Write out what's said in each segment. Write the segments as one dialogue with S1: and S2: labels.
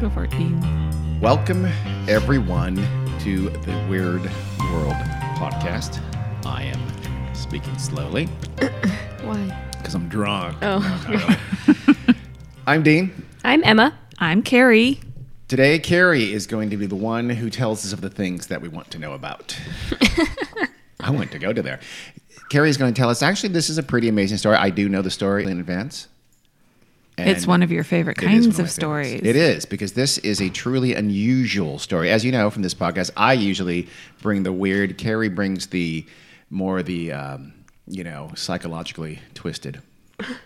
S1: go for it, Dean.
S2: Welcome, everyone, to the Weird World podcast. I am speaking slowly
S1: Why?
S2: because I'm drunk.
S1: Oh.
S2: I'm Dean.
S1: I'm Emma. I'm Carrie.
S2: Today, Carrie is going to be the one who tells us of the things that we want to know about. I want to go to there. Carrie is going to tell us actually, this is a pretty amazing story. I do know the story in advance.
S3: It's
S2: And
S3: one of your favorite
S2: It is
S3: kinds
S2: one
S3: of
S2: my favorites.
S3: stories.
S2: It is because this is a truly unusual story. As you know from this podcast, I usually bring the weird. Carrie brings the more the um, you know psychologically twisted,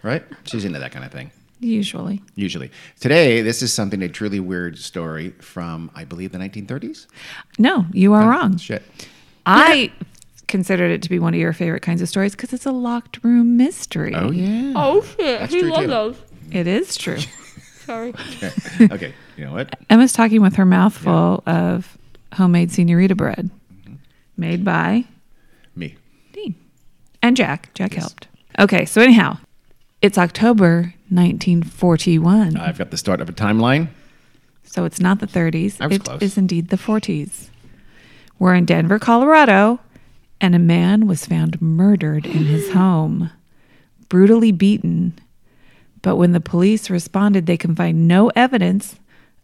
S2: right? She's into that kind of thing
S3: Usually.
S2: usually. Today, this is something a truly weird story from I believe the 1930s.
S3: No, you are wrong.
S2: Shit.
S3: I considered it to be one of your favorite kinds of stories because it's a locked room mystery.
S2: Oh yeah.
S1: Oh shit!
S2: That's
S1: he
S2: true,
S1: loves
S2: too.
S1: those.
S3: It is true.
S1: Sorry.
S3: Oh.
S2: okay. You know what?
S3: Emma's talking with her mouth full of homemade senorita bread
S2: Mm-hmm.
S3: made by
S2: Me.
S3: Dean and Jack. Jack helped. Okay, so anyhow, it's October 1941.
S2: I've got the start of a timeline.
S3: So it's not the 30s.
S2: I was
S3: It
S2: close.
S3: is indeed the 40s. We're in Denver, Colorado, and a man was found murdered in his home, brutally beaten. But when the police responded, they can find no evidence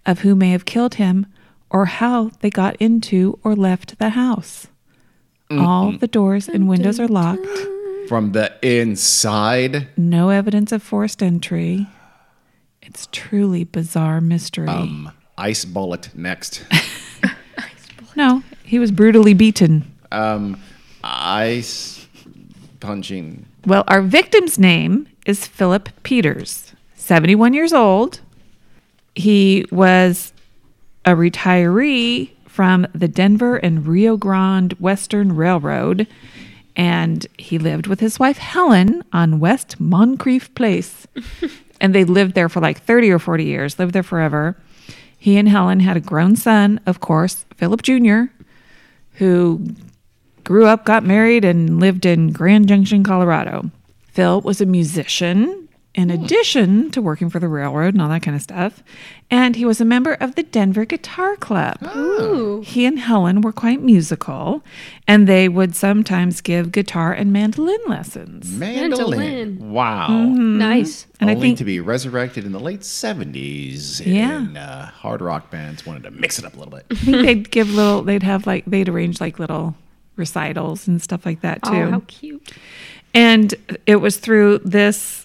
S3: of who may have killed him or how they got into or left the house. All the doors and windows are locked.
S2: From the inside,
S3: No evidence of forced entry. It's truly bizarre mystery.
S2: um, ice bullet next.
S3: no, he was brutally beaten.
S2: Um, ice punching.
S3: Well, our victim's name is Philip Peters, 71 years old. He was a retiree from the Denver and Rio Grande Western Railroad, and he lived with his wife Helen on West Moncrief Place. and they lived there for like 30 or 40 years, lived there forever. He and Helen had a grown son, of course, Philip Jr., who grew up, got married, and lived in Grand Junction, Colorado. Phil was a musician in addition to working for the railroad and all that kind of stuff. And he was a member of the Denver Guitar Club. He and Helen were quite musical, and they would sometimes give guitar and mandolin lessons.
S2: Mandolin.
S1: Mandolin.
S2: Wow.
S1: Nice.
S3: Mm-hmm. And
S2: Only
S3: I think
S2: to be resurrected in the late 70s.
S3: Yeah.
S2: And uh, hard rock bands wanted to mix it up a little bit.
S3: I think
S1: Hmm.
S3: they'd give little they'd have like they'd arrange like little recitals and stuff like that too.
S1: Oh, how cute.
S3: And it was through this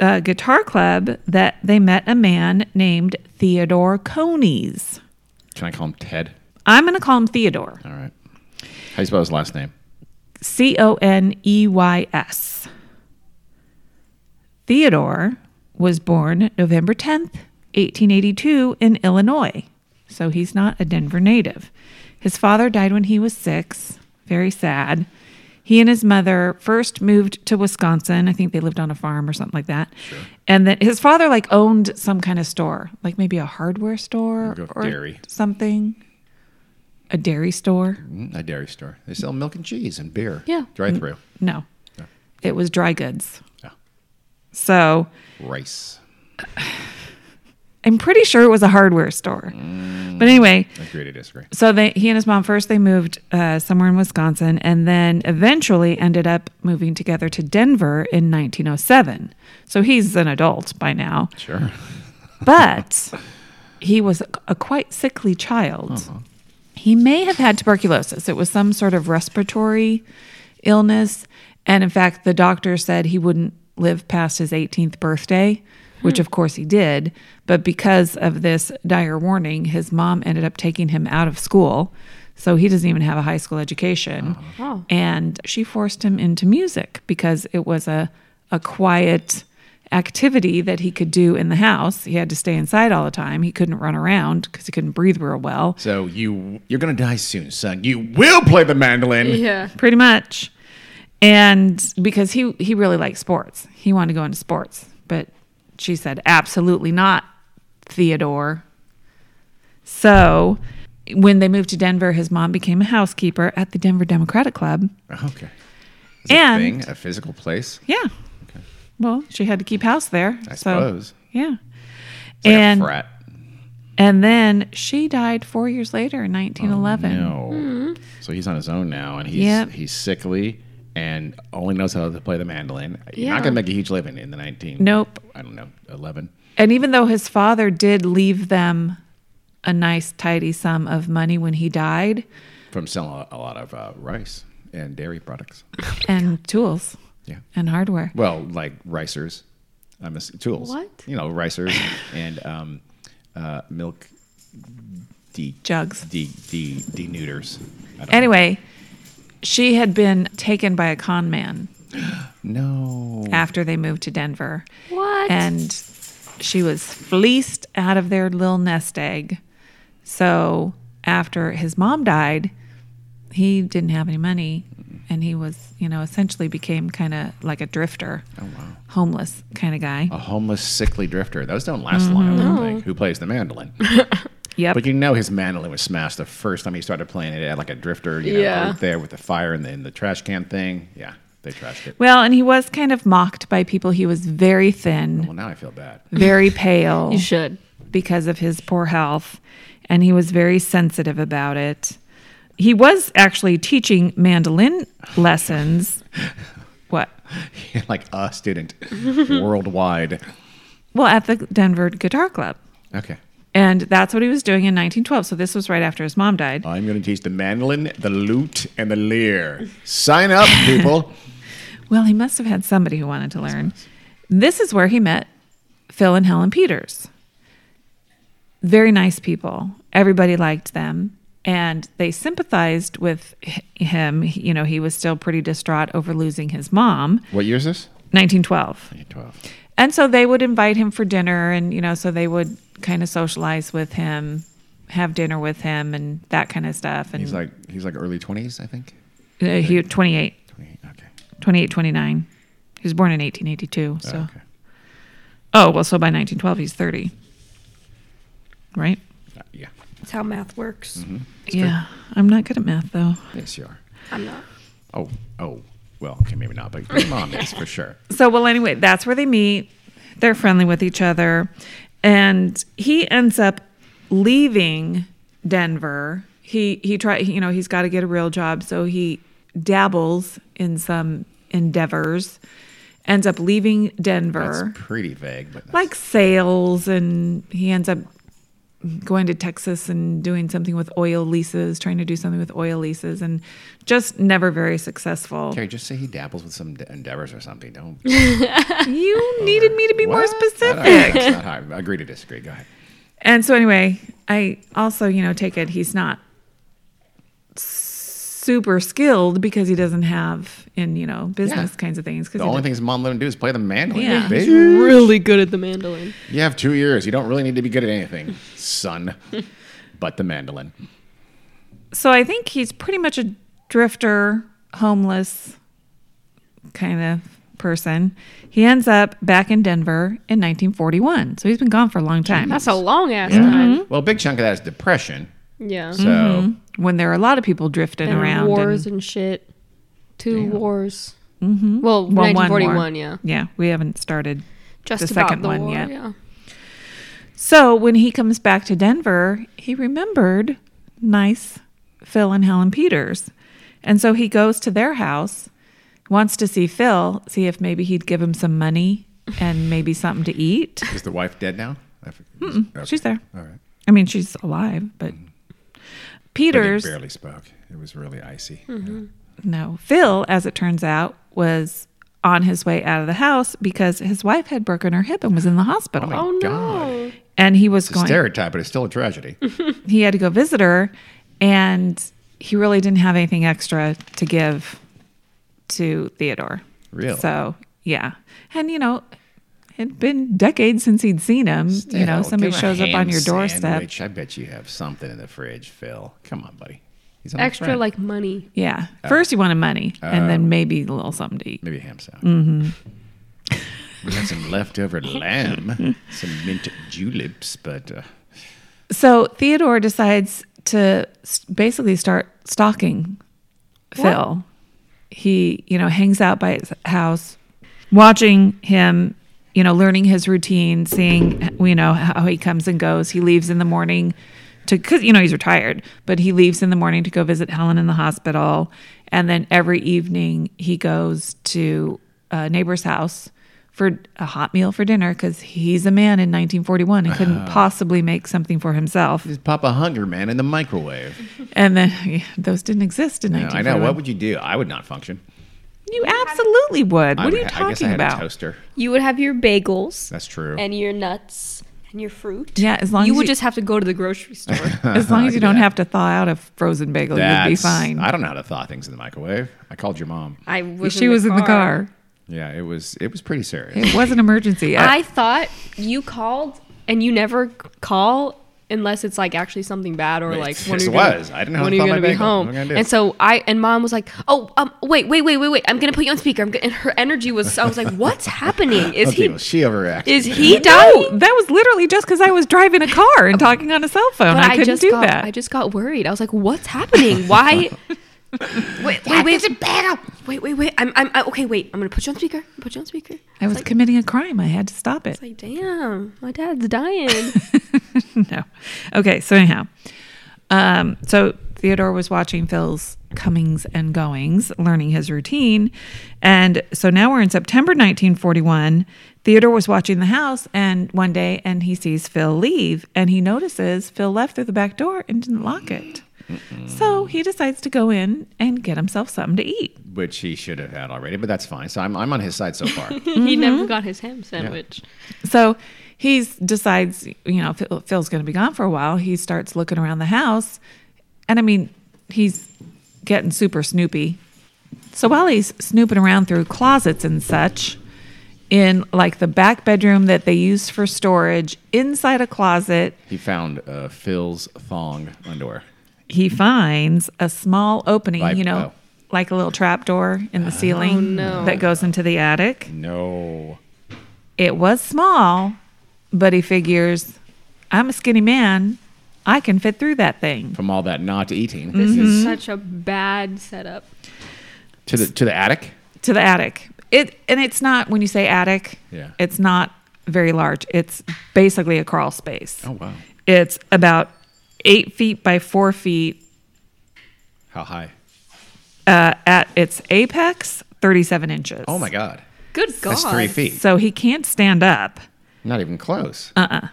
S3: uh, guitar club that they met a man named Theodore Conies.
S2: Can I call him Ted?
S3: I'm going to call him Theodore.
S2: All right. How do you spell his last name?
S3: C O N E Y S. Theodore was born November 10th, 1882, in Illinois. So he's not a Denver native. His father died when he was six. Very sad. He and his mother first moved to Wisconsin. I think they lived on a farm or something like that. And then his father like owned some kind of store, like maybe a hardware store
S2: Go with
S3: or
S2: dairy.
S3: something. A dairy store.
S2: Mm, A dairy store. They sell milk and cheese and beer.
S1: Yeah.
S2: Drive through.
S3: No. It was dry goods.
S2: Yeah.
S3: So
S2: Rice.
S3: I'm pretty sure it was a hardware store. But anyway,
S2: Agree to disagree.
S3: so they he and his mom first they moved uh, somewhere in Wisconsin and then eventually ended up moving together to Denver in 1907. So he's an adult by now.
S2: Sure.
S3: But he was a, a quite sickly child. He may have had tuberculosis. It was some sort of respiratory illness. And in fact, the doctor said he wouldn't live past his 18th birthday, which of course he did. But because of this dire warning, his mom ended up taking him out of school. So he doesn't even have a high school education.
S1: Wow.
S3: And she forced him into music because it was a, a quiet activity that he could do in the house. He had to stay inside all the time. He couldn't run around because he couldn't breathe real well.
S2: So you you're gonna die soon, son. You will play the mandolin.
S1: Yeah.
S3: pretty much. And because he he really liked sports, he wanted to go into sports, but she said absolutely not, Theodore. So when they moved to Denver, his mom became a housekeeper at the Denver Democratic Club.
S2: Okay. It's
S3: And-
S2: a thing, a physical place.
S3: Yeah. Well, she had to keep house there.
S2: I
S3: so,
S2: suppose.
S3: Yeah.
S2: It's like a
S3: and
S2: frat.
S3: And then she died four years later in 1911.
S2: Oh, No. So he's on his own now, and he's
S3: Mm-hmm. Yep.
S2: he's sickly and only knows how to play the mandolin. You're
S1: Yeah.
S2: not gonna make a huge living in the 19.
S3: Nope.
S2: I don't know, 11.
S3: And even though his father did leave them a nice, tidy sum of money when he died
S2: From selling a, a lot of uh, rice and dairy products.
S3: and tools
S2: Yeah.
S3: and hardware.
S2: Well, like ricers, I'm ass- tools.
S1: What?
S2: You know, ricers and um, uh, milk de
S3: Jugs.
S2: de de denuders. I don't
S3: Anyway, she had been taken by a con man
S2: know. No.
S3: after they moved to Denver.
S1: What?
S3: And she was fleeced out of their little nest egg. So after his mom died, he didn't have any money and he was, you know, essentially became kind of like a drifter. Oh, wow. Homeless kind of guy.
S2: A homeless, sickly drifter. Those don't last
S3: Mm-hmm.
S2: long. I don't think. Who plays the mandolin?
S3: Yep.
S2: But you know his mandolin was smashed the first time he started playing it at like a drifter, you know,
S1: Yeah.
S2: out there with the fire and the, and the trash can thing. Yeah, they trashed it.
S3: Well, and he was kind of mocked by people. He was very thin,
S2: Well, now I feel bad.
S3: very pale.
S1: you should.
S3: because of his poor health, and he was very sensitive about it. He was actually teaching mandolin lessons. What?
S2: like a student worldwide.
S3: Well, at the Denver Guitar Club.
S2: Okay.
S3: And that's what he was doing in 1912. So this was right after his mom died.
S2: I'm going to teach the mandolin, the lute, and the lyre. Sign up, people.
S3: Well, he must have had somebody who wanted to learn. This is where he met Phil and Helen Peters. Very nice people. Everybody liked them and they sympathized with h- him. You know, he was still pretty distraught over losing his mom.
S2: what year is this?
S3: 1912.
S2: 12.
S3: And so they would invite him for dinner and, you know, so they would kind of socialize with him, have dinner with him and that kind of stuff. And
S2: He's like he's like early 20s, I think.
S3: uh, he was 28,
S2: 28. Okay.
S3: 28, 29. He was born in 1882. So,
S2: Oh, Okay.
S3: oh, well, so by 1912, he's 30. Right?
S2: Uh, yeah.
S1: That's how math works.
S2: Mm-hmm.
S3: yeah. I'm not good at math though.
S2: Yes, you are.
S1: I'm not.
S2: Oh, oh. Well, okay, maybe not, but your mom is for sure.
S3: So, well, anyway, that's where they meet. They're friendly with each other. And he ends up leaving Denver. He, he try you know, he's got to get a real job. So he dabbles in some endeavors, ends up leaving
S2: That's
S3: Denver,
S2: pretty vague, but that's-
S3: like sales. And he ends up going to Texas and doing something with oil leases, trying to do something with oil leases, and just never very successful.
S2: Carrie, just say he dabbles with some d- endeavors or something. Don't
S3: You needed me to be more
S2: What? I don't-
S3: specific.
S2: That's not how I agree to disagree. Go ahead.
S3: And so anyway, I also, you know, take it he's not super skilled because he doesn't have in, you know, business
S2: Yeah.
S3: kinds of things.
S2: The only thing his mom let him do is play the mandolin.
S3: Yeah.
S2: bitch.
S1: Really good at the mandolin.
S2: You have two years. You don't really need to be good at anything, son. but the mandolin.
S3: so I think he's pretty much a drifter, homeless kind of person. He ends up back in Denver in 1941. So he's been gone for a long time.
S1: That's a long ass
S2: Yeah.
S1: time.
S3: Mm-hmm.
S2: Well, a big chunk of that is depression.
S1: Yeah.
S2: So
S3: when there are a lot of people drifting
S1: Mm-hmm. And
S3: around.
S1: wars
S3: and-
S1: and, shit. Two wars. Mm-hmm. Well,
S3: well, one war.
S1: 1941, yeah.
S3: Yeah, we haven't started
S1: Just
S3: The
S1: about
S3: second
S1: the
S3: one,
S1: war,
S3: yeah.
S1: yeah.
S3: So when he comes back to Denver, he remembered nice Phil and Helen Peters. And so he goes to their house, wants to see Phil, see if maybe he'd give him some money and maybe something to eat.
S2: is the wife dead now? I forget- okay.
S3: She's there.
S2: All right.
S3: I mean, she's alive, but
S2: Mm-hmm. But they
S3: Peters,
S2: barely spoke. It was really icy.
S3: Mm-hmm.
S2: Yeah.
S3: no, Phil, as it turns out, was on his way out of the house because his wife had broken her hip and was in the hospital.
S2: my
S1: Oh, no.
S2: God.
S3: and he was
S2: It's a
S3: going
S2: stereotype, but it's still a tragedy.
S3: he had to go visit her and he really didn't have anything extra to give to Theodore.
S2: Really?
S3: So, yeah. And you know, it'd been decades since he'd seen him. you know,
S2: Hell,
S3: somebody
S2: give a
S3: shows up on
S2: ham
S3: your doorstep.
S2: sandwich. I bet you have something in the fridge, Phil. Come on, buddy. He's an old
S1: Extra
S2: friend.
S1: like money.
S3: Yeah.
S2: Uh,
S3: First you wanted money and then maybe a little something to eat.
S2: Maybe a ham sandwich.
S3: Mm-hmm.
S2: We had some leftover lamb, some mint juleps, but uh,
S3: So Theodore decides to s- basically start stalking Phil. He, you know, hangs out by his house, watching him you know, learning his routine, seeing, you know, how he comes and goes. He leaves in the morning to, because, you know, he's retired, but he leaves in the morning to go visit Helen in the hospital. And then every evening he goes to a neighbor's house for a hot meal for dinner because he's a man in 1941 and
S2: Uh-huh.
S3: couldn't possibly make something for himself.
S2: Just pop a Hunger Man in the microwave.
S3: And then yeah, those didn't exist in
S2: No, I know.
S3: 1941.
S2: What would you do? I would not function.
S3: you absolutely would.
S2: I,
S3: What are you
S2: would-
S3: talking
S2: I guess I had
S3: about?
S2: a toaster.
S1: You would have your bagels
S2: That's true.
S1: and your nuts and your fruit.
S3: Yeah, as long
S1: you
S3: as
S1: would
S3: you-
S1: just have to go to the grocery store.
S3: As long
S2: I
S3: as you
S2: could do
S3: don't
S2: that.
S3: have to thaw out a frozen bagel, you'd be
S2: Uh-huh, That's-
S3: fine.
S2: I don't know how to thaw things in the microwave. I called your mom.
S1: I was.
S3: she was in the car.
S2: Yeah, it was it was pretty serious.
S3: It was an emergency.
S1: I thought you called, and you never call unless it's like actually something bad or
S2: Wait,
S1: like
S2: yes,
S1: when
S2: it
S1: you're gonna-
S2: was. I didn't know how
S1: when
S2: to
S1: you're
S2: thaw my
S1: gonna be
S2: bagel. What
S1: home.
S2: am I gonna do?
S1: And so I and mom was like, "Oh, um, wait, wait, wait, wait, wait. I'm gonna put you on speaker. I'm gonna, and her energy was. I was like, "What's happening? Is
S2: okay,
S1: he?
S2: well, she overreacted.
S1: is he dying?"
S3: no, that was literally just because I was driving a car and talking on a cell phone.
S1: Oh. But
S3: I
S1: I,
S3: couldn't
S1: just
S3: do
S1: got,
S3: that.
S1: I just got worried. I was like, "What's happening? Why?" wait, wait, wait, wait, wait, wait. I'm, I'm, I, okay. Wait, I'm gonna put you on speaker. Put you on speaker.
S3: I was committing a crime. I had to stop it.
S1: It's like, damn, my dad's dying.
S3: no. Okay. So anyhow, um, so Theodore was watching Phil's comings and goings, learning his routine, and so now we're in September 1941. Theodore was watching the house, and one day, and he sees Phil leave, and he notices Phil left through the back door and didn't lock it. So he decides to go in and get himself something to eat.
S2: Which he should have had already, but that's fine. So I'm I'm on his side so far.
S1: he
S2: Mm-hmm.
S1: never got his ham sandwich.
S3: So he decides, you know, Phil, Phil's going to be gone for a while. He starts looking around the house. And I mean, he's getting super snoopy. So while he's snooping around through closets and such, in like the back bedroom that they use for storage, inside a closet,
S2: he found uh, Phil's thong underwear.
S3: he finds a small opening,
S2: Like-
S3: you know,
S2: oh.
S3: like a little trap door in the ceiling that goes into the attic.
S2: No.
S3: It was small, but he figures, I'm a skinny man. I can fit through that thing.
S2: From all that not eating
S1: This is
S3: Mm-hmm.
S1: such a bad setup.
S2: to the to the attic.
S3: To the attic. It and it's not when you say attic,
S2: Yeah.
S3: it's not very large. It's basically a crawl space.
S2: Oh wow.
S3: It's about eight feet by four feet
S2: How high?
S3: uh, at its apex, thirty-seven inches.
S2: Oh my god.
S1: Good God.
S2: That's three feet.
S3: So he can't stand up,
S2: Not even close.
S3: Uh,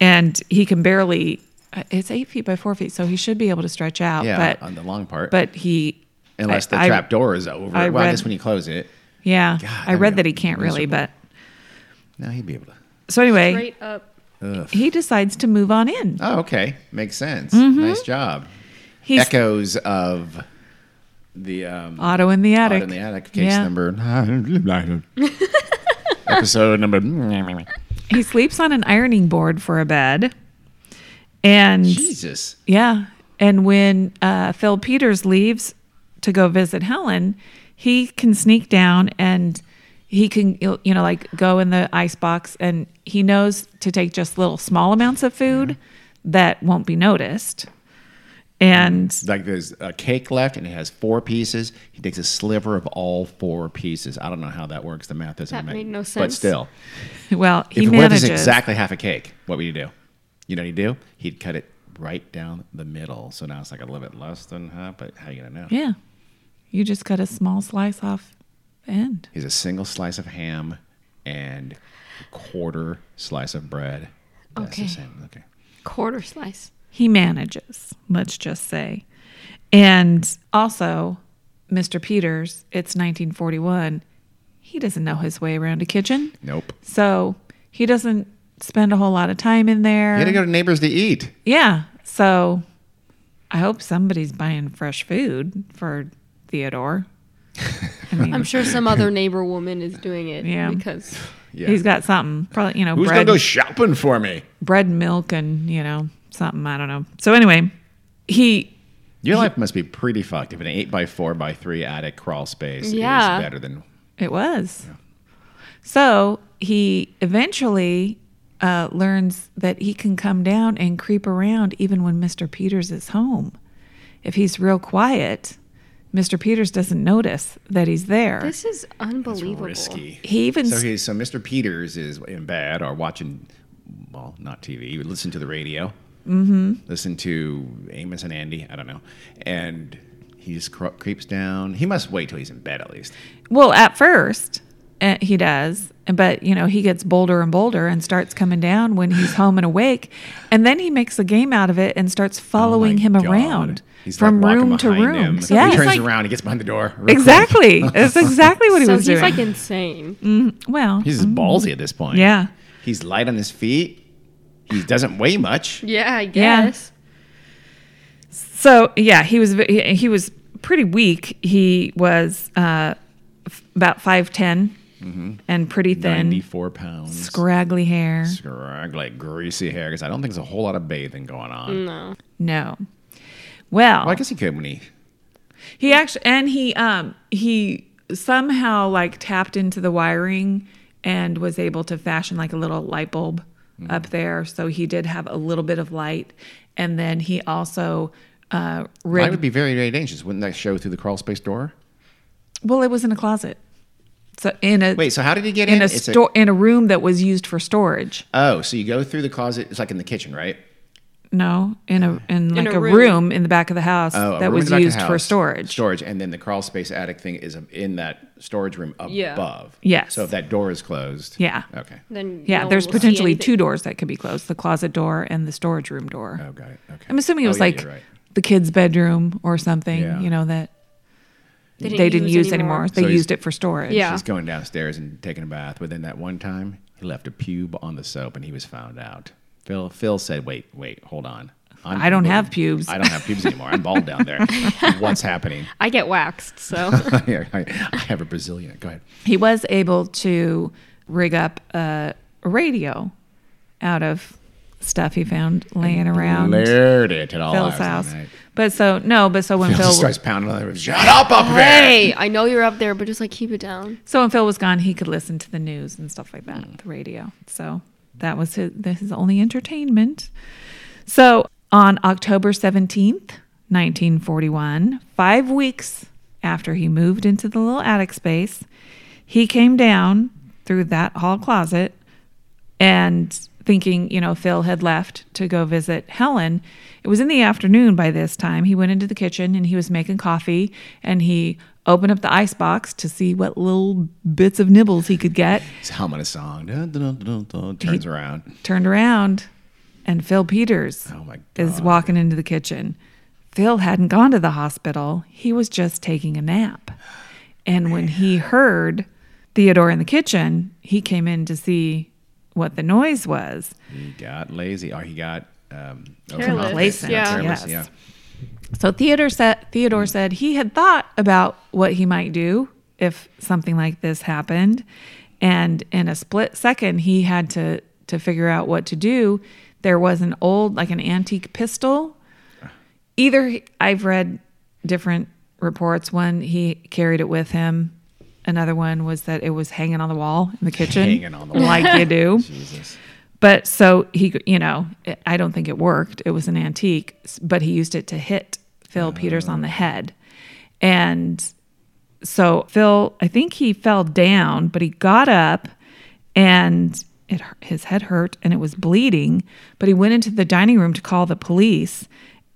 S3: and he can barely. uh, It's eight feet by four feet, so he should be able to stretch out.
S2: yeah,
S3: but
S2: on the long part.
S3: but he
S2: unless the
S3: I- I-
S2: trap door is over.
S3: I
S2: well,
S3: read-
S2: I guess when you close it.
S3: Yeah, I
S2: that'd
S3: read
S2: be
S3: that he can't really, but
S2: miserable. No, he'd be able to.
S3: so anyway,
S1: Straight up.
S3: he decides to move on in.
S2: Oh, okay. Makes sense. Nice job.
S3: Mm-hmm. He's
S2: Echoes of the um,
S3: Otto in the attic.
S2: Odd in the attic case
S3: Yeah.
S2: number. episode number.
S3: He sleeps on an ironing board for a bed, and
S2: Jesus.
S3: yeah, and when uh, Phil Peters leaves to go visit Helen, he can sneak down and he can you know like go in the ice box and he knows to take just little small amounts of food that won't be noticed, and
S2: Like there's a cake left and it has four pieces. He takes a sliver of all four pieces. I don't know how that works. The math doesn't
S1: That
S2: make
S1: made no
S2: But
S1: sense.
S2: still,
S3: well he
S2: Mm-hmm. if
S3: manages
S2: it was exactly half a cake, what would you do? You know what he'd do? He'd cut it right down the middle. So now it's like a little bit less than half, but how you going to know?
S3: Yeah. You just cut a small slice off the end.
S2: He's a single slice of ham and a quarter slice of bread. That's
S1: Okay.
S2: the same. Okay.
S1: Quarter slice.
S3: He manages, let's just say. And also, Mr. Peters, it's 1941. He doesn't know his way around a kitchen.
S2: Nope.
S3: So he doesn't spend a whole lot of time in there.
S2: He had to go to neighbors to eat.
S3: yeah. So I hope somebody's buying fresh food for Theodore. I mean,
S1: I'm sure some other neighbor woman is doing it.
S3: Yeah.
S1: Because
S2: Yeah.
S3: he's got something. Probably, you know,
S2: Who's
S3: bread.
S2: going to go shopping for me?
S3: bread and milk and you know something i don't know so anyway he
S2: Your life must be pretty fucked if an 8 by 4 by 3 attic crawl space
S1: Yeah.
S2: is better than.
S3: it was so he eventually uh, learns that he can come down and creep around even when mr peters is home if he's real quiet Mr. Peters doesn't notice that he's there.
S1: This is unbelievable.
S2: Risky.
S3: he even
S2: So he's so Mr. Peters is in bed or watching, well, not TV. He would listen to the radio, mm-hmm. listen to Amos and Andy. I don't know, and he just cr- creeps down. He must wait till he's in bed at least.
S3: Well, at first uh, he does, but you know he gets bolder and bolder and starts coming down when he's home and awake, and then he makes a game out of it and starts following
S2: Oh my
S3: him
S2: God.
S3: around
S2: He's
S3: from
S2: like walking
S3: room to
S2: behind
S3: room.
S2: Him.
S3: Yeah,
S2: he
S3: it's
S2: turns
S3: like-
S2: around. He gets behind the door. real quick.
S3: exactly. That's exactly what he
S1: So
S3: was
S1: he's
S3: doing. Mm.
S1: like insane.
S3: well,
S2: He's just ballsy at this point.
S3: Mm-hmm. yeah,
S2: He's light on his feet. He doesn't weigh much.
S1: Yeah, I guess.
S3: So yeah, he was ve- he, he was pretty weak. He was uh, f- about five and pretty thin,
S2: Ninety-four pounds.
S3: scraggly hair.
S2: Scrag, like greasy hair. Because I don't think there's a whole lot of bathing going on.
S1: No.
S3: No, well,
S2: Well, I guess he could when he.
S3: He actually and he um he somehow like tapped into the wiring and was able to fashion like a little light bulb up there. So he did have a little bit of light, and then he also uh
S2: That
S3: rigged.
S2: would be very, very dangerous. Wouldn't that show through the crawl space door?
S3: well, it was in a closet. So in a
S2: Wait, so how did he get in?
S3: in a
S2: It's a-
S3: store in a room that was used for storage.
S2: Oh, so you go through the closet. It's like in the kitchen, right?
S3: No, in a in like
S1: a
S3: a room.
S1: room.
S3: in the back of the house
S2: Oh, a
S3: that
S2: room in
S3: was
S2: the back of the
S3: used for
S2: house.
S3: storage.
S2: Storage, and then the crawl space attic thing is in that storage room above.
S1: Yeah.
S3: Yes.
S2: So if that door is closed.
S3: Yeah.
S2: Okay.
S1: Then
S3: yeah,
S1: no
S3: there's
S1: one will see
S3: potentially
S1: anything.
S3: two doors that could be closed: the closet door and the storage room door.
S2: Oh, got it. Okay.
S3: I'm assuming it
S2: Oh,
S3: was
S2: yeah,
S3: like
S2: you're right.
S3: the kids' bedroom or something,
S2: Yeah.
S3: you know, that
S1: They
S3: they
S1: didn't
S3: didn't,
S1: use
S3: use, anymore.
S1: anymore.
S3: They
S2: So he's-
S3: used it for storage.
S1: Yeah.
S2: He's going downstairs and taking a bath, but then that one time he left a pube on the soap, and he was found out. Phil Phil said, "Wait, wait, hold on. I'm
S3: I don't have pubes."
S2: I don't have pubes anymore. I'm bald down there. What's happening?
S1: I get waxed, so
S2: I, I- I have a Brazilian. Go ahead.
S3: He was able to rig up a radio out of stuff he found laying around
S2: Blared it at all
S3: Phil's
S2: hours of the
S3: house.
S2: night.
S3: But so, no, but so when
S2: Phil
S3: Phil,
S2: just starts pounding on the roof. Shut up up there.
S1: hey, I know you're up there, but just like keep it down.
S3: so when Phil was gone, he could listen to the news and stuff like that, the radio. So that was his, his only entertainment. So on October 17th, 1941, five weeks after he moved into the little attic space, he came down through that hall closet and thinking, you know, Phil had left to go visit Helen. It was in the afternoon by this time. He went into the kitchen and he was making coffee and he opened up the icebox to see what little bits of nibbles he could get.
S2: He's humming a song. Dun, dun, dun, dun, dun, turns around.
S3: Turned around and Phil Peters
S2: Oh my god.
S3: is walking into the kitchen. Phil hadn't gone to the hospital. He was just taking a nap. And when he heard Theodore in the kitchen, he came in to see what the noise was.
S2: He got lazy, or he got um,
S1: Careless.
S2: overconfident.
S1: Yeah.
S2: Careless,
S3: Yes. So Theodore said Theodore
S2: Mm.
S3: said he had thought about what he might do if something like this happened, and in a split second he had to to figure out what to do. There was an old like an antique pistol. Either he- I've read different reports. One he carried it with him. Another one was that it was hanging on the wall in the kitchen,
S2: Hanging on the wall.
S3: like you do.
S2: Jesus.
S3: But so he, you know, I don't think it worked. It was an antique, but he used it to hit Phil Peters on the head. And so Phil, I think he fell down, but he got up and it, hu- his head hurt and it was bleeding. But he went into the dining room to call the police.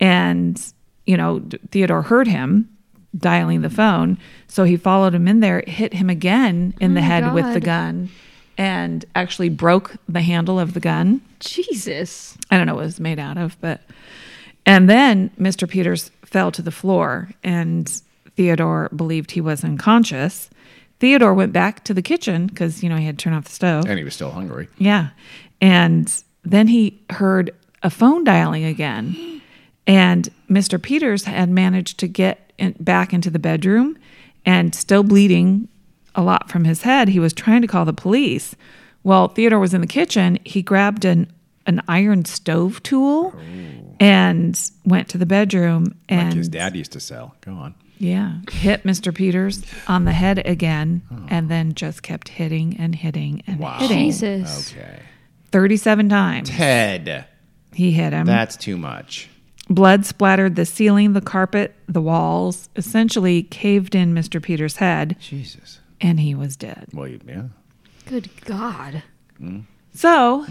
S3: And, you know, D- Theodore heard him dialing the phone. So he followed him in there, hit him again in the head with the
S1: God.
S3: gun and actually broke the handle of the gun.
S1: Jesus.
S3: I don't know what it was made out of, but and then Mr. Peters fell to the floor and Theodore believed he was unconscious. Theodore went back to the kitchen because you know he had to turn off the stove.
S2: And he was still hungry.
S3: Yeah. And then he heard a phone dialing again. And Mr. Peters had managed to get in, back into the bedroom and still bleeding a lot from his head. He was trying to call the police. Well, Theodore was in the kitchen. He grabbed an, an iron stove tool and went to the bedroom and
S2: Oh. His dad used to sell. Go on.
S3: yeah, hit Mr. Peters on the head again and then just kept hitting and hitting and
S2: Wow.
S3: hitting
S1: Jesus.
S2: Okay.
S3: 37 times.
S2: Ted,
S3: He hit him.
S2: that's too much.
S3: Blood splattered the ceiling, the carpet, the walls, essentially caved in Mr. Peters' head,
S2: Jesus.
S3: and he was dead.
S2: Well, you- yeah.
S1: Good God.
S3: So,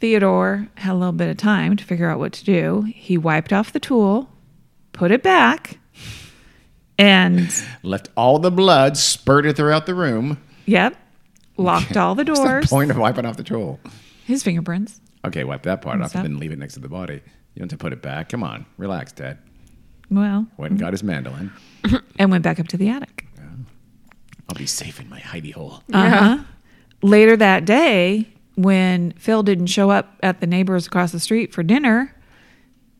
S3: Theodore had a little bit of time to figure out what to do. He wiped off the tool, put it back, and
S2: Left all the blood spurted throughout the room.
S3: yep, locked all the
S2: What's
S3: doors.
S2: the point of wiping off the tool?
S3: His fingerprints.
S2: Okay, wipe that part off
S3: What's that?
S2: and then leave it next to the body. You don't have to put it back. Come on, relax, Dad.
S3: Well,
S2: Went and got his mandolin.
S3: and went back up to the attic.
S2: I'll be safe in my hidey hole.
S3: Later that day, when Phil didn't show up at the neighbors across the street for dinner,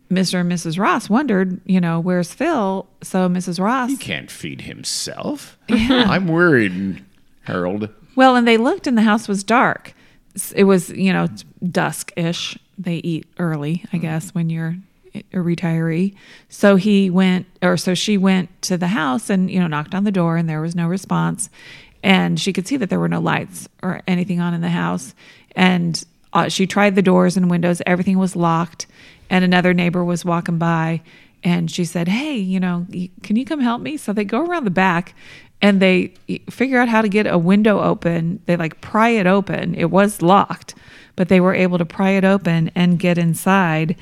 S3: Mr. and Mrs. Ross wondered, you know, where's Phil? So Mrs. Ross,
S2: He can't feed himself. I'm worried, Harold.
S3: well, and they looked and the house was dark. S- It was, you know, dusk ish. They eat early, I guess, when you're a retiree. So he went, or so she went to the house and, you know, knocked on the door and there was no response. And she could see that there were no lights or anything on in the house. And uh, she tried the doors and windows, everything was locked. And another neighbor was walking by and she said, Hey, you know, y- can you come help me? So they go around the back and they y- figure out how to get a window open. They like pry it open. It was locked, but they were able to pry it open and get inside.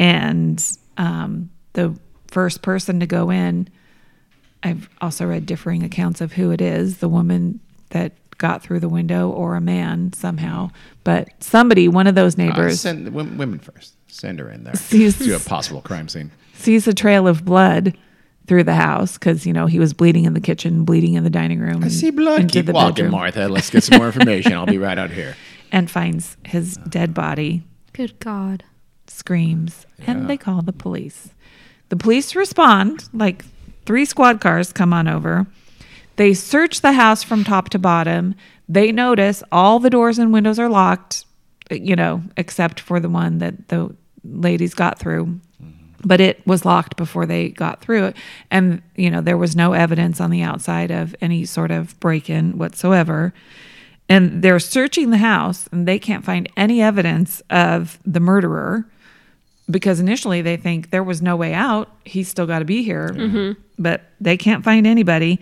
S3: And um, the first person to go in, I've also read differing accounts of who it is the woman that got through the window or a man somehow, but somebody, one of those
S2: Uh,
S3: neighbors.
S2: send the wom- women first. Send her in there
S3: Sees-
S2: to a possible crime scene.
S3: sees a trail of blood through the house because you know he was bleeding in the kitchen, bleeding in the dining room.
S2: I see blood. Keep walking, Martha. Let's get some more information. I'll be right out here.
S3: and finds his dead body.
S1: Good God.
S3: Screams, and they call the police. The police respond. Like three squad cars come on over. They search the house from top to bottom. They notice all the doors and windows are locked, you know, except for the one that the ladies got through. but it was locked before they got through it and you know there was no evidence on the outside of any sort of break-in whatsoever and they're searching the house and they can't find any evidence of the murderer because initially they think there was no way out he's still got to be here
S2: Mm-hmm.
S3: but they can't find anybody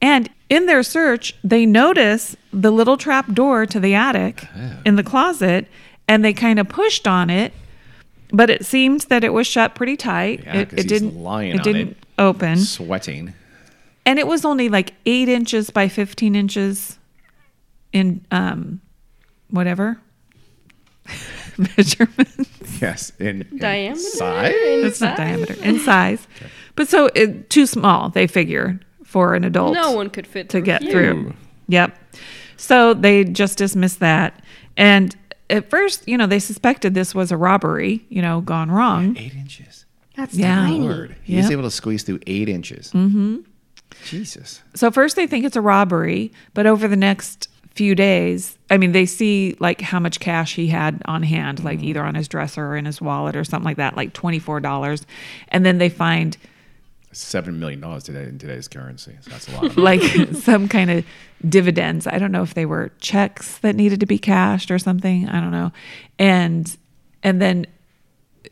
S3: and in their search they notice the little trap door to the attic in the closet and they kind of pushed on it but it seemed that it was shut pretty tight.
S2: Yeah,
S3: it,
S2: 'cause
S3: it
S2: he's
S3: didn't.
S2: lying
S3: it
S2: on
S3: didn't
S2: it.
S3: open,
S2: Sweating.
S3: and it was only like eight inches by fifteen inches in um, whatever measurement.
S2: Yes. In, in
S1: Diameter?
S2: Size?
S3: That's not diameter in size, but so it, too small. They figured for an adult.
S1: No one could fit
S3: to get
S1: here.
S3: through. Yep. So they just dismissed that. And at first, you know, they suspected this was a robbery, you know, gone wrong.
S2: Eight inches.
S1: That's
S3: Yeah.
S1: tiny.
S2: Lord. He's
S3: Yep.
S2: able to squeeze through eight inches. Mm-hmm. Jesus.
S3: So first they think it's a robbery, but over the next few days, I mean, they see like how much cash he had on hand, like either on his dresser or in his wallet or something like that, like $24. And then they find
S2: Seven million dollars today in today's currency. So that's a lot. Of money.
S3: like some kind of dividends. I don't know if they were checks that needed to be cashed or something. I don't know. And and then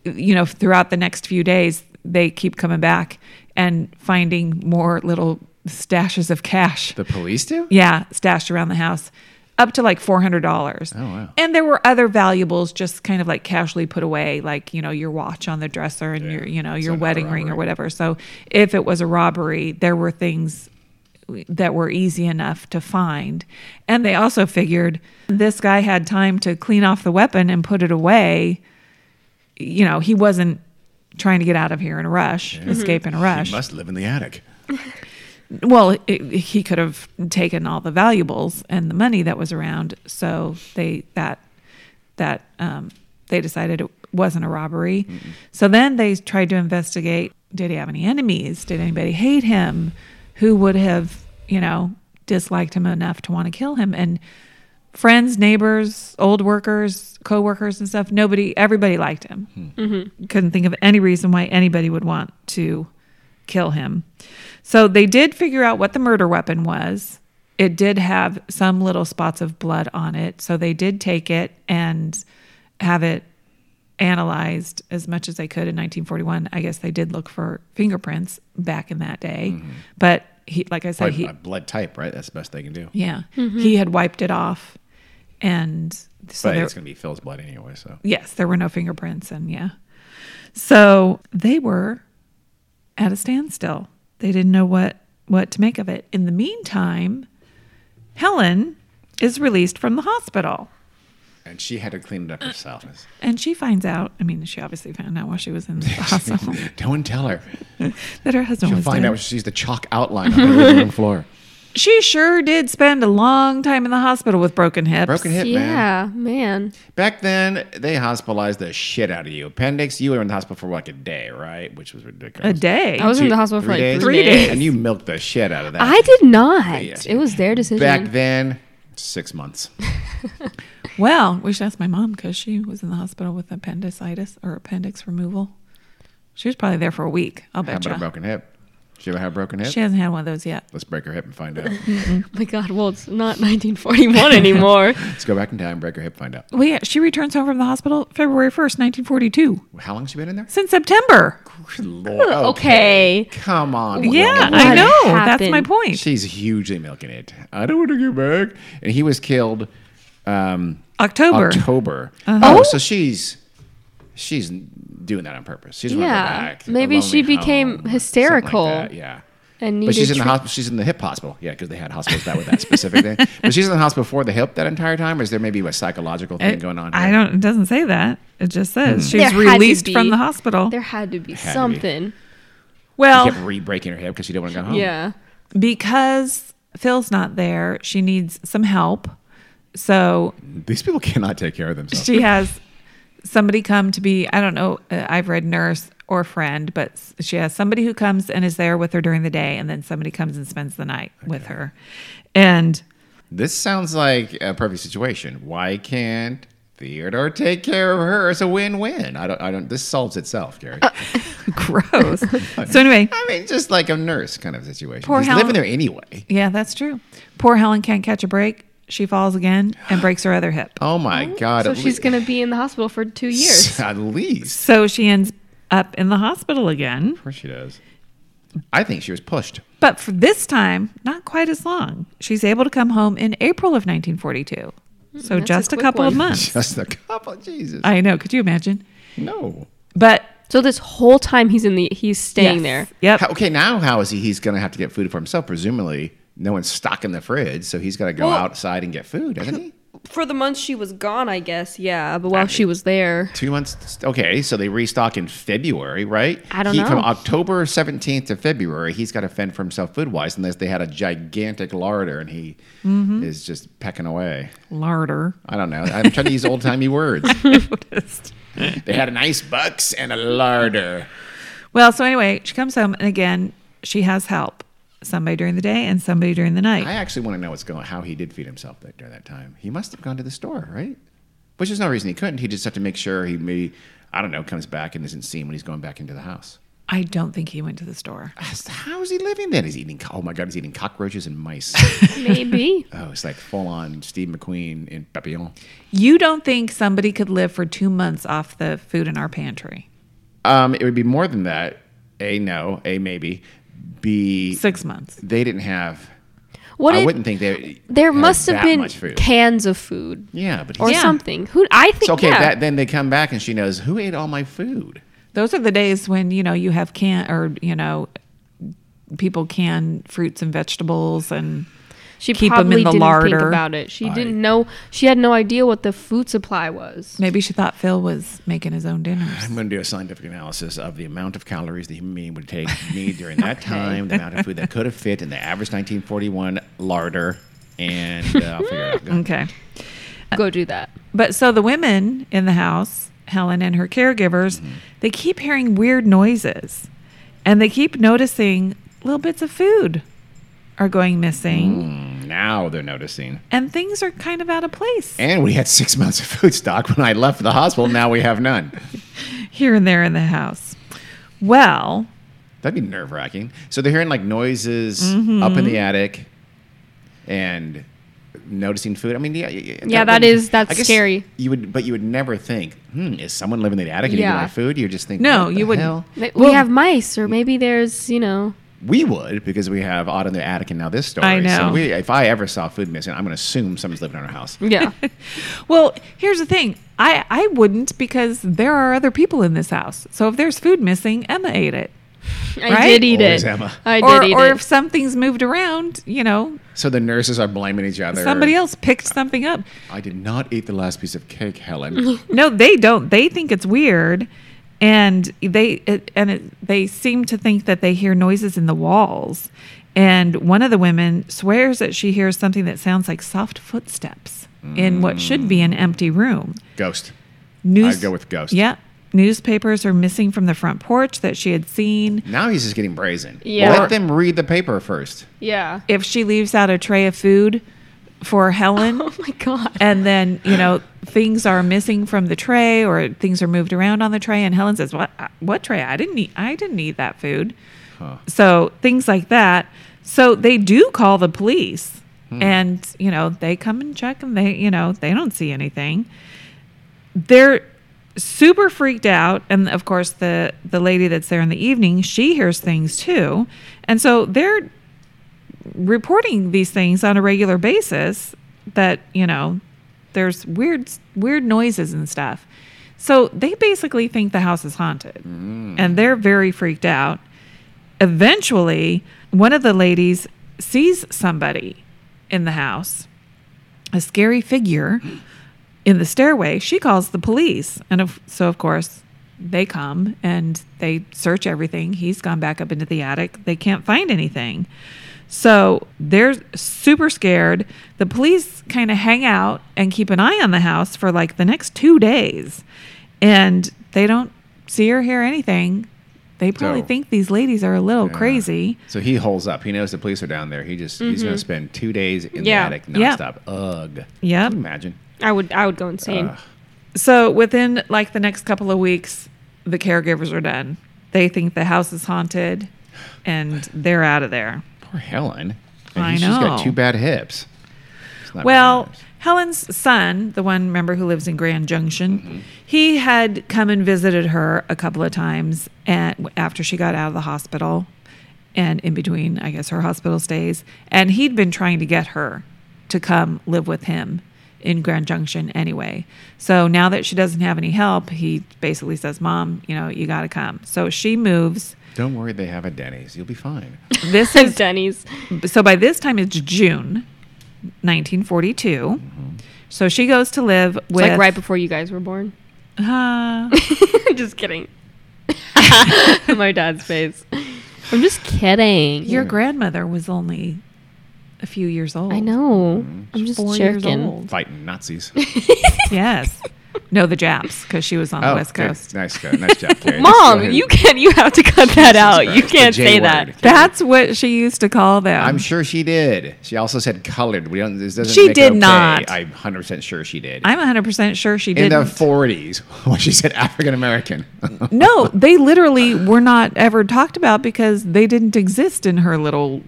S3: you know, throughout the next few days, they keep coming back and finding more little stashes of cash.
S2: the police do?
S3: Yeah, stashed around the house, up to like four hundred dollars.
S2: Oh, wow.
S3: And there were other valuables just kind of like casually put away, like you know your watch on the dresser and your you know your
S2: not a
S3: wedding ring or
S2: robbery.
S3: whatever. So if it was a robbery, there were things that were easy enough to find. And they also figured this guy had time to clean off the weapon and put it away. You know, he wasn't trying to get out of here in a rush, escape in a rush.
S2: He must live in the attic.
S3: Well, it, he could have taken all the valuables and the money that was around. So they that that um, they decided it wasn't a robbery. So then they tried to investigate: Did he have any enemies? Did anybody hate him? Who would have you know disliked him enough to want to kill him? And friends, neighbors, old workers, coworkers, and stuff. Nobody, everybody liked him. Couldn't think of any reason why anybody would want to kill him. So they did figure out what the murder weapon was. It did have some little spots of blood on it. So they did take it and have it analyzed as much as they could in 1941. I guess they did look for fingerprints back in that day, but he, like I said,
S2: Blood,
S3: he,
S2: uh, blood type, right? That's the best they can do.
S3: yeah, he had wiped it off, and so
S2: but
S3: there,
S2: it's going to be Phil's blood anyway, so.
S3: yes, there were no fingerprints, and yeah, so they were at a standstill. They didn't know what what to make of it. In the meantime, Helen is released from the hospital.
S2: And she had to clean it up herself. It's-
S3: And she finds out, I mean, she obviously found out while she was in the hospital
S2: Don't tell her.
S3: that her husband
S2: She'll
S3: was
S2: find
S3: dead.
S2: out when she sees the chalk outline on the living room floor.
S3: She sure did spend a long time in the hospital with broken hips.
S2: Broken hip, man.
S1: yeah, man.
S2: Back then, they hospitalized the shit out of you. Appendix, you were in the hospital for like a day, right? Which was
S3: A
S2: ridiculous.
S3: day.
S1: I was in
S2: Two-
S1: the hospital for
S2: three
S1: like
S2: days?
S3: Three
S1: three days.
S3: days.
S2: And you milked the shit out of that.
S1: I did not.
S2: Yes, you
S1: it was their decision.
S2: Back then, six months.
S3: well, we should ask my mom because she was in the hospital with appendicitis or appendix removal. She was probably there for a week. I'll
S2: How
S3: bet
S2: about a
S3: you.
S2: broken hip? She ever had a broken hip?
S3: She hasn't had one of those yet.
S2: Let's break her hip and find out.
S1: Oh my God. Well, it's not 1941 anymore.
S2: Let's go back in time, break her hip, find out.
S3: Well, yeah, she returns home from the hospital February 1st, 1942.
S2: How long has she been in there?
S3: Since September.
S2: Good Lord.
S1: Oh, Okay.
S2: Come on.
S3: Yeah,
S2: woman.
S3: I
S1: What
S3: know. That's my
S1: happened?
S3: point.
S2: She's hugely milking it. I don't want to go back. And he was killed um,
S3: October.
S2: October.
S1: Uh-huh.
S2: Oh, so she's she's doing that on purpose. She's
S1: Yeah.
S2: back.
S1: Maybe
S2: A
S1: she
S2: lonely
S1: became
S2: home, something like
S1: hysterical.
S2: that, Yeah.
S1: And
S2: But she's
S1: needed
S2: in the
S1: tr-
S2: hospital. She's in the hip hospital. Yeah, because they had hospitals that with that specific thing. But she's in the hospital for the hip that entire time. Or is there maybe a psychological thing
S3: It-
S2: going on? Here?
S3: I don't. It doesn't say that. It just says
S1: There
S3: she's
S1: had to
S3: released from
S1: be.
S3: the hospital.
S1: There had to be
S2: Had to be.
S1: something.
S2: She
S3: well,
S2: kept re-breaking her hip because she didn't want to go home.
S1: Yeah.
S3: because Phil's not there, she needs some help. So
S2: These people cannot take care of themselves.
S3: she has somebody come to be. I don't know. Uh, I've read nurse or friend, but s- she has somebody who comes and is there with her during the day, and then somebody comes and spends the night with her. And
S2: This sounds like a perfect situation. Why can't Theodore take care of her? It's a win-win. I don't. I don't. This solves itself, Gary.
S3: gross. so anyway,
S2: I mean, just like a nurse kind of situation.
S3: Poor
S2: He's
S3: Helen-
S2: living there anyway.
S3: yeah, that's true. Poor Helen can't catch a break. She falls again and breaks her other hip.
S2: Oh my God!
S1: So
S2: at
S1: she's
S2: lea-
S1: going to be in the hospital for two years.
S2: At least,
S3: So she ends up in the hospital again,
S2: of course she does. I think she was pushed.
S3: but for this time, not quite as long. She's able to come home in April of 1942. So
S1: Mm, that's a
S3: just a,
S1: quick
S3: couple of
S1: one.
S3: months.
S2: Just a couple. Jesus.
S3: I know. Could you imagine?
S2: no.
S3: But
S1: So this whole time he's in the he's
S3: yes.
S1: staying there.
S3: Yep.
S2: How- okay, now how is he? He's going to have to get food for himself. Presumably, no one's stocking the fridge, so he's got to go
S1: Well-
S2: outside and get food, doesn't he?
S1: For the months she was gone, I guess. Yeah, but while she was there,
S2: Two months. Okay, so they restock in February, right?
S1: I don't
S2: he, From
S1: know.
S2: October 17th to February, he's got to fend for himself food wise, unless they had a gigantic larder and he
S1: Mm-hmm.
S2: is just pecking away.
S3: Larder.
S2: I don't know. I'm trying to use old timey words.
S3: Noticed.
S2: They had an ice box and a larder.
S3: well, so anyway, she comes home, and again, she has help. Somebody during the day and somebody during the night.
S2: I actually want to know what's going how he did feed himself that, during that time. He must have gone to the store, right? Which is no reason he couldn't. He just had to make sure he maybe, I don't know, comes back and isn't seen when he's going back into the house.
S3: I don't think he went to the store.
S2: How is he living then? He's eating, co- oh my God, he's eating cockroaches and mice.
S1: maybe.
S2: Oh, it's like full on Steve McQueen in Papillon.
S3: You don't think somebody could live for two months off the food in our pantry?
S2: Um, it would be more than that. A no, a maybe. B
S3: Six months.
S2: they didn't have.
S1: What
S2: I
S1: if-
S2: wouldn't think they.
S1: there
S2: had
S1: must have
S2: that
S1: been
S2: much food.
S1: cans of food
S2: yeah, but
S1: or
S2: he's-
S3: Yeah.
S1: something. Who I think
S2: So, okay,
S1: yeah.
S2: that, then they come back and she knows who ate all my food.
S3: Those are the days when you know you have can or you know people can fruits and vegetables and
S1: she
S3: keep 'em in
S1: probably
S3: the
S1: didn't think
S3: larder.
S1: about it. She didn't know. She had no idea what the food supply was.
S3: maybe she thought Phil was making his own dinners.
S2: I'm going to do a scientific analysis of the amount of calories the human being would take me during that time, the amount of food that could have fit in the average 1941 larder, and uh, I'll figure it out. Go.
S3: Okay.
S1: Go do that.
S3: But so the women in the house, Helen and her caregivers, they keep hearing weird noises and they keep noticing little bits of food are going missing
S2: Now they're noticing.
S3: and things are kind of out of place
S2: And we had six months of food stock when I left the hospital. Now we have none.
S3: here and there in the house. Well,
S2: That'd be nerve wracking. So they're hearing like noises up in the attic, and noticing food. I mean, yeah, yeah,
S4: Yeah, that
S2: would-
S4: is- that's
S2: I guess
S4: scary.
S2: You would, but you would never think, hmm, is someone living in the attic and eating
S4: Yeah.
S2: my food? You just think,
S3: No,
S2: what the
S3: you wouldn't.
S2: hell?
S4: Ma- we have mice, or maybe there's, you know,
S2: We would because we have Odd in the attic and now this story.
S3: I know.
S2: So we, if I ever saw food missing, I'm going to assume someone's living in our house.
S4: yeah.
S3: Well, here's the thing. I, I wouldn't because there are other people in this house. So if there's food missing, Emma ate it.
S4: I
S3: Right?
S4: did eat
S2: Always
S4: it.
S2: Emma.
S4: I did
S3: or
S4: eat
S3: or
S4: it.
S3: if something's moved around, you know,
S2: So the nurses are blaming each other.
S3: somebody else picked something up.
S2: I did not eat the last piece of cake, Helen.
S3: No, they don't. They think it's weird, and they it, and it, they seem to think that they hear noises in the walls. And one of the women swears that she hears something that sounds like soft footsteps in what should be an empty room.
S2: Ghost.
S3: News,
S2: I'd go with ghost.
S3: Yeah, newspapers are missing from the front porch that she had seen.
S2: Now he's just getting brazen.
S4: Yeah.
S2: Let them read the paper first.
S4: yeah.
S3: If she leaves out a tray of food for Helen,
S4: Oh my god.
S3: and then you know things are missing from the tray or things are moved around on the tray and helen says what what tray i didn't eat i didn't eat that food so things like that so they do call the police and you know they come and check and they you know they don't see anything they're super freaked out and of course the the lady that's there in the evening she hears things too and so they're reporting these things on a regular basis that you know there's weird weird noises and stuff so they basically think the house is haunted and they're very freaked out eventually one of the ladies sees somebody in the house a scary figure in the stairway she calls the police and of, so of course they come and they search everything he's gone back up into the attic they can't find anything so they're super scared the police kind of hang out and keep an eye on the house for like the next two days and they don't see or hear anything they probably
S2: So-
S3: think these ladies are a little crazy
S2: So he holds up. He knows the police are down there. He just he's going to spend two days in
S4: Yeah.
S2: the attic
S3: Mm-hmm. Yeah.
S2: nonstop. Ugh.
S3: Yep.
S2: Can you imagine?
S4: I would I would go insane.
S3: So within like the next couple of weeks, the caregivers are done. They think the house is haunted and they're out of there.
S2: Poor Helen.
S3: I
S2: he's just got
S3: know.
S2: two bad hips. It's not
S3: Well,
S2: very nice.
S3: Helen's son, the one member who lives in Grand Junction, he had come and visited her a couple of times and after she got out of the hospital and in between, I guess, her hospital stays. And he'd been trying to get her to come live with him in Grand Junction anyway. So now that she doesn't have any help, he basically says, Mom, you know, you got to come. So she moves.
S2: don't worry. They have a Denny's. You'll be fine.
S3: This
S4: Says
S3: is
S4: Denny's.
S3: so by this time it's June 1942. So she goes to live
S4: It's
S3: with
S4: like right before you guys were born.
S3: Uh,
S4: just kidding. My dad's face. I'm just kidding.
S3: your grandmother was only a few years old.
S4: I know.
S2: Mm-hmm.
S4: I'm just
S3: Four years
S4: jerking.
S3: old.
S2: Fighting Nazis.
S3: yes. No, the Japs, because she was on the West
S2: Oh, good.
S3: Coast.
S2: Nice, go- nice job, Carrie. Let's go
S4: Mom,
S2: ahead.
S4: you can you have to cut that out.
S2: Christ,
S4: You
S2: the
S4: can't
S2: J
S4: say
S2: word.
S4: that.
S3: That's what she used to call them.
S2: I'm sure she did. She also said colored. We don't. This doesn't.
S3: She
S2: make
S3: did
S2: okay.
S3: not.
S2: I'm 100 percent sure she did.
S3: I'm 100% sure she
S2: in
S3: didn't.
S2: the 40s, when she said African American.
S3: no, they literally were not ever talked about because they didn't exist in her little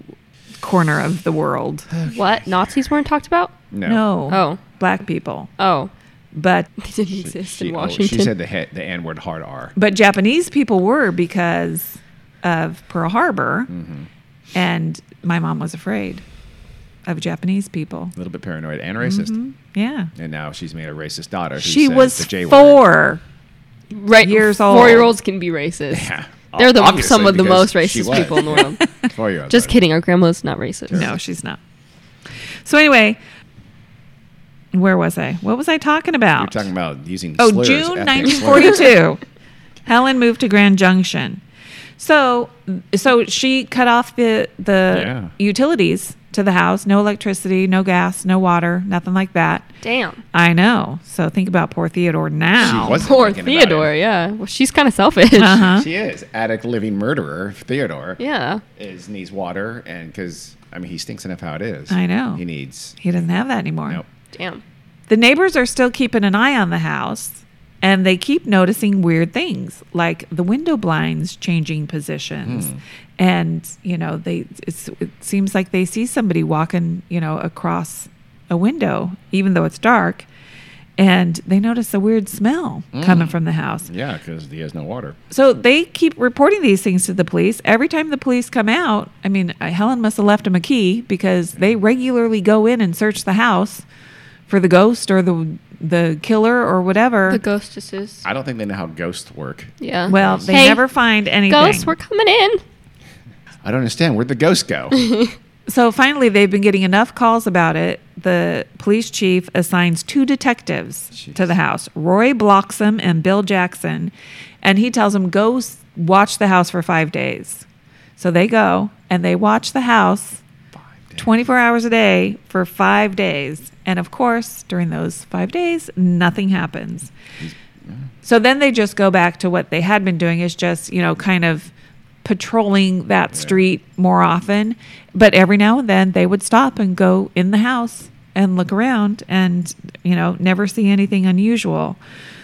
S3: corner of the world.
S4: What? Nazis weren't talked about?
S2: No.
S3: No.
S4: Oh.
S3: Black people.
S4: Oh.
S3: But
S4: They didn't exist
S2: She,
S4: in
S2: oh,
S4: Washington.
S2: she said the he- the N word hard R.
S3: but Japanese people were because of Pearl Harbor,
S2: Mm-hmm.
S3: and my mom was afraid of Japanese people.
S2: A little bit paranoid and racist.
S4: Mm-hmm.
S3: Yeah,
S2: And now she's made a racist daughter. who
S3: she
S2: says
S3: was
S2: the J word.
S3: four.
S4: right
S3: years
S4: Four
S3: old.
S4: year olds can be racist.
S2: Yeah.
S4: They're the,
S2: Obviously,
S4: some of the
S2: because
S4: most
S2: she
S4: racist
S2: was.
S4: people in the world.
S2: Four year old.
S4: Just kidding. Our grandma's not racist.
S3: No, she's not. So anyway, where was I? What was I talking about?
S2: You're talking about using.
S3: Oh,
S2: slurs,
S3: June
S2: ethnic slurs.
S3: 1942. Helen moved to Grand Junction. So, so she cut off the the
S2: Yeah.
S3: utilities to the house. No electricity, no gas, no water, nothing like that.
S4: Damn.
S3: I know. So think about poor Theodore now.
S2: She wasn't
S4: Poor
S2: thinking about it.
S4: Theodore. Yeah. Well, she's kind of selfish.
S3: Uh-huh.
S2: She is addict, living murderer. Theodore
S4: Yeah.
S2: is needs water, and because I mean he stinks enough how it is.
S3: I know.
S2: he needs.
S3: He doesn't have that anymore.
S2: Nope.
S4: Damn.
S3: The neighbors are still keeping an eye on the house and they keep noticing weird things like the window blinds changing positions.
S2: Hmm.
S3: And, you know, they it's, it seems like they see somebody walking, you know, across a window, even though it's dark, and they notice a weird smell
S2: Hmm.
S3: coming from the house.
S2: Yeah, because he has no water.
S3: So they keep reporting these things to the police. Every time the police come out, I mean, uh, Helen must have left him a key because they regularly go in and search the house for the ghost or the the killer or whatever.
S4: The ghostesses.
S2: I don't think they know how ghosts work.
S4: Yeah.
S3: well, they
S4: Hey,
S3: never find anything.
S4: Ghosts, we're coming in.
S2: I don't understand. Where'd the ghosts go?
S3: So finally, they've been getting enough calls about it. The police chief assigns two detectives to the house Roy Bloxam and Bill Jackson. And he tells them, go s- watch the house for five days. So they go and they watch the house 24 hours a day for five days. And of course, during those five days, nothing happens. So then they just go back to what they had been doing is just, you know, kind of patrolling that street more often. But every now and then they would stop and go in the house and look around and, you know, never see anything unusual.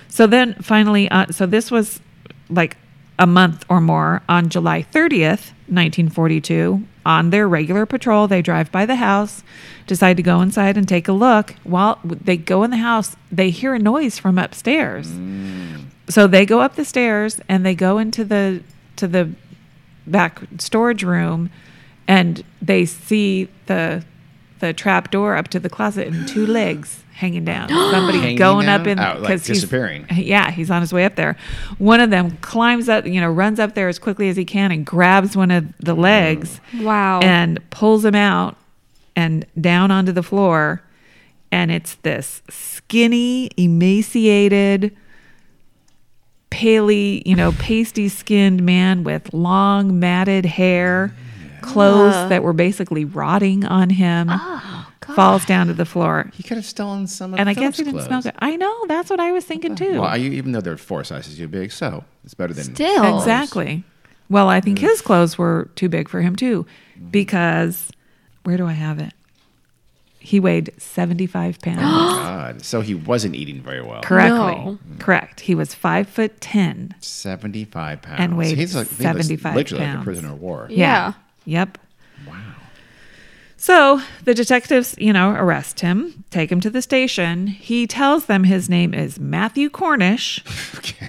S3: So then finally, uh, so this was like a month or more on July 30th, 1942. On their regular patrol, they drive by the house, decide to go inside and take a look. While they go in the house, they hear a noise from upstairs so they go up the stairs and they go into the to the back storage room and they see the the trap door up to the closet and two legs hanging down somebody
S2: Hanging
S3: going up in
S2: down? Oh, like
S3: he's-
S2: disappearing.
S3: yeah he's on his way up there one of them climbs up you know runs up there as quickly as he can and grabs one of the legs
S1: Wow.
S3: and pulls him out and down onto the floor and it's this skinny emaciated paley you know pasty skinned man with long matted hair clothes that were basically rotting on him falls down to the floor
S2: he could have stolen some of
S3: and i guess
S2: Philip's
S3: he didn't
S2: clothes.
S3: smell good i know that's what i was thinking too
S2: Well, you, even though they're four sizes too big, so it's better than
S4: Still.
S3: Exactly. Well, I
S4: Mm.
S3: think his clothes were too big for him too,
S4: Mm-hmm.
S3: because where do I have it? He weighed 75 pounds.
S2: God. So he wasn't eating very well.
S3: Correctly. Mm.
S4: No.
S3: Correct. He was five foot 10.
S2: 75 pounds.
S3: And weighed
S2: He's like, he looks
S3: 75
S2: literally like
S3: pounds.
S2: a prisoner of war.
S4: Yeah.
S3: Yep.
S2: Wow.
S3: So the detectives, you know, arrest him, take him to the station. He tells them his name is Matthew Cornish.
S2: Okay.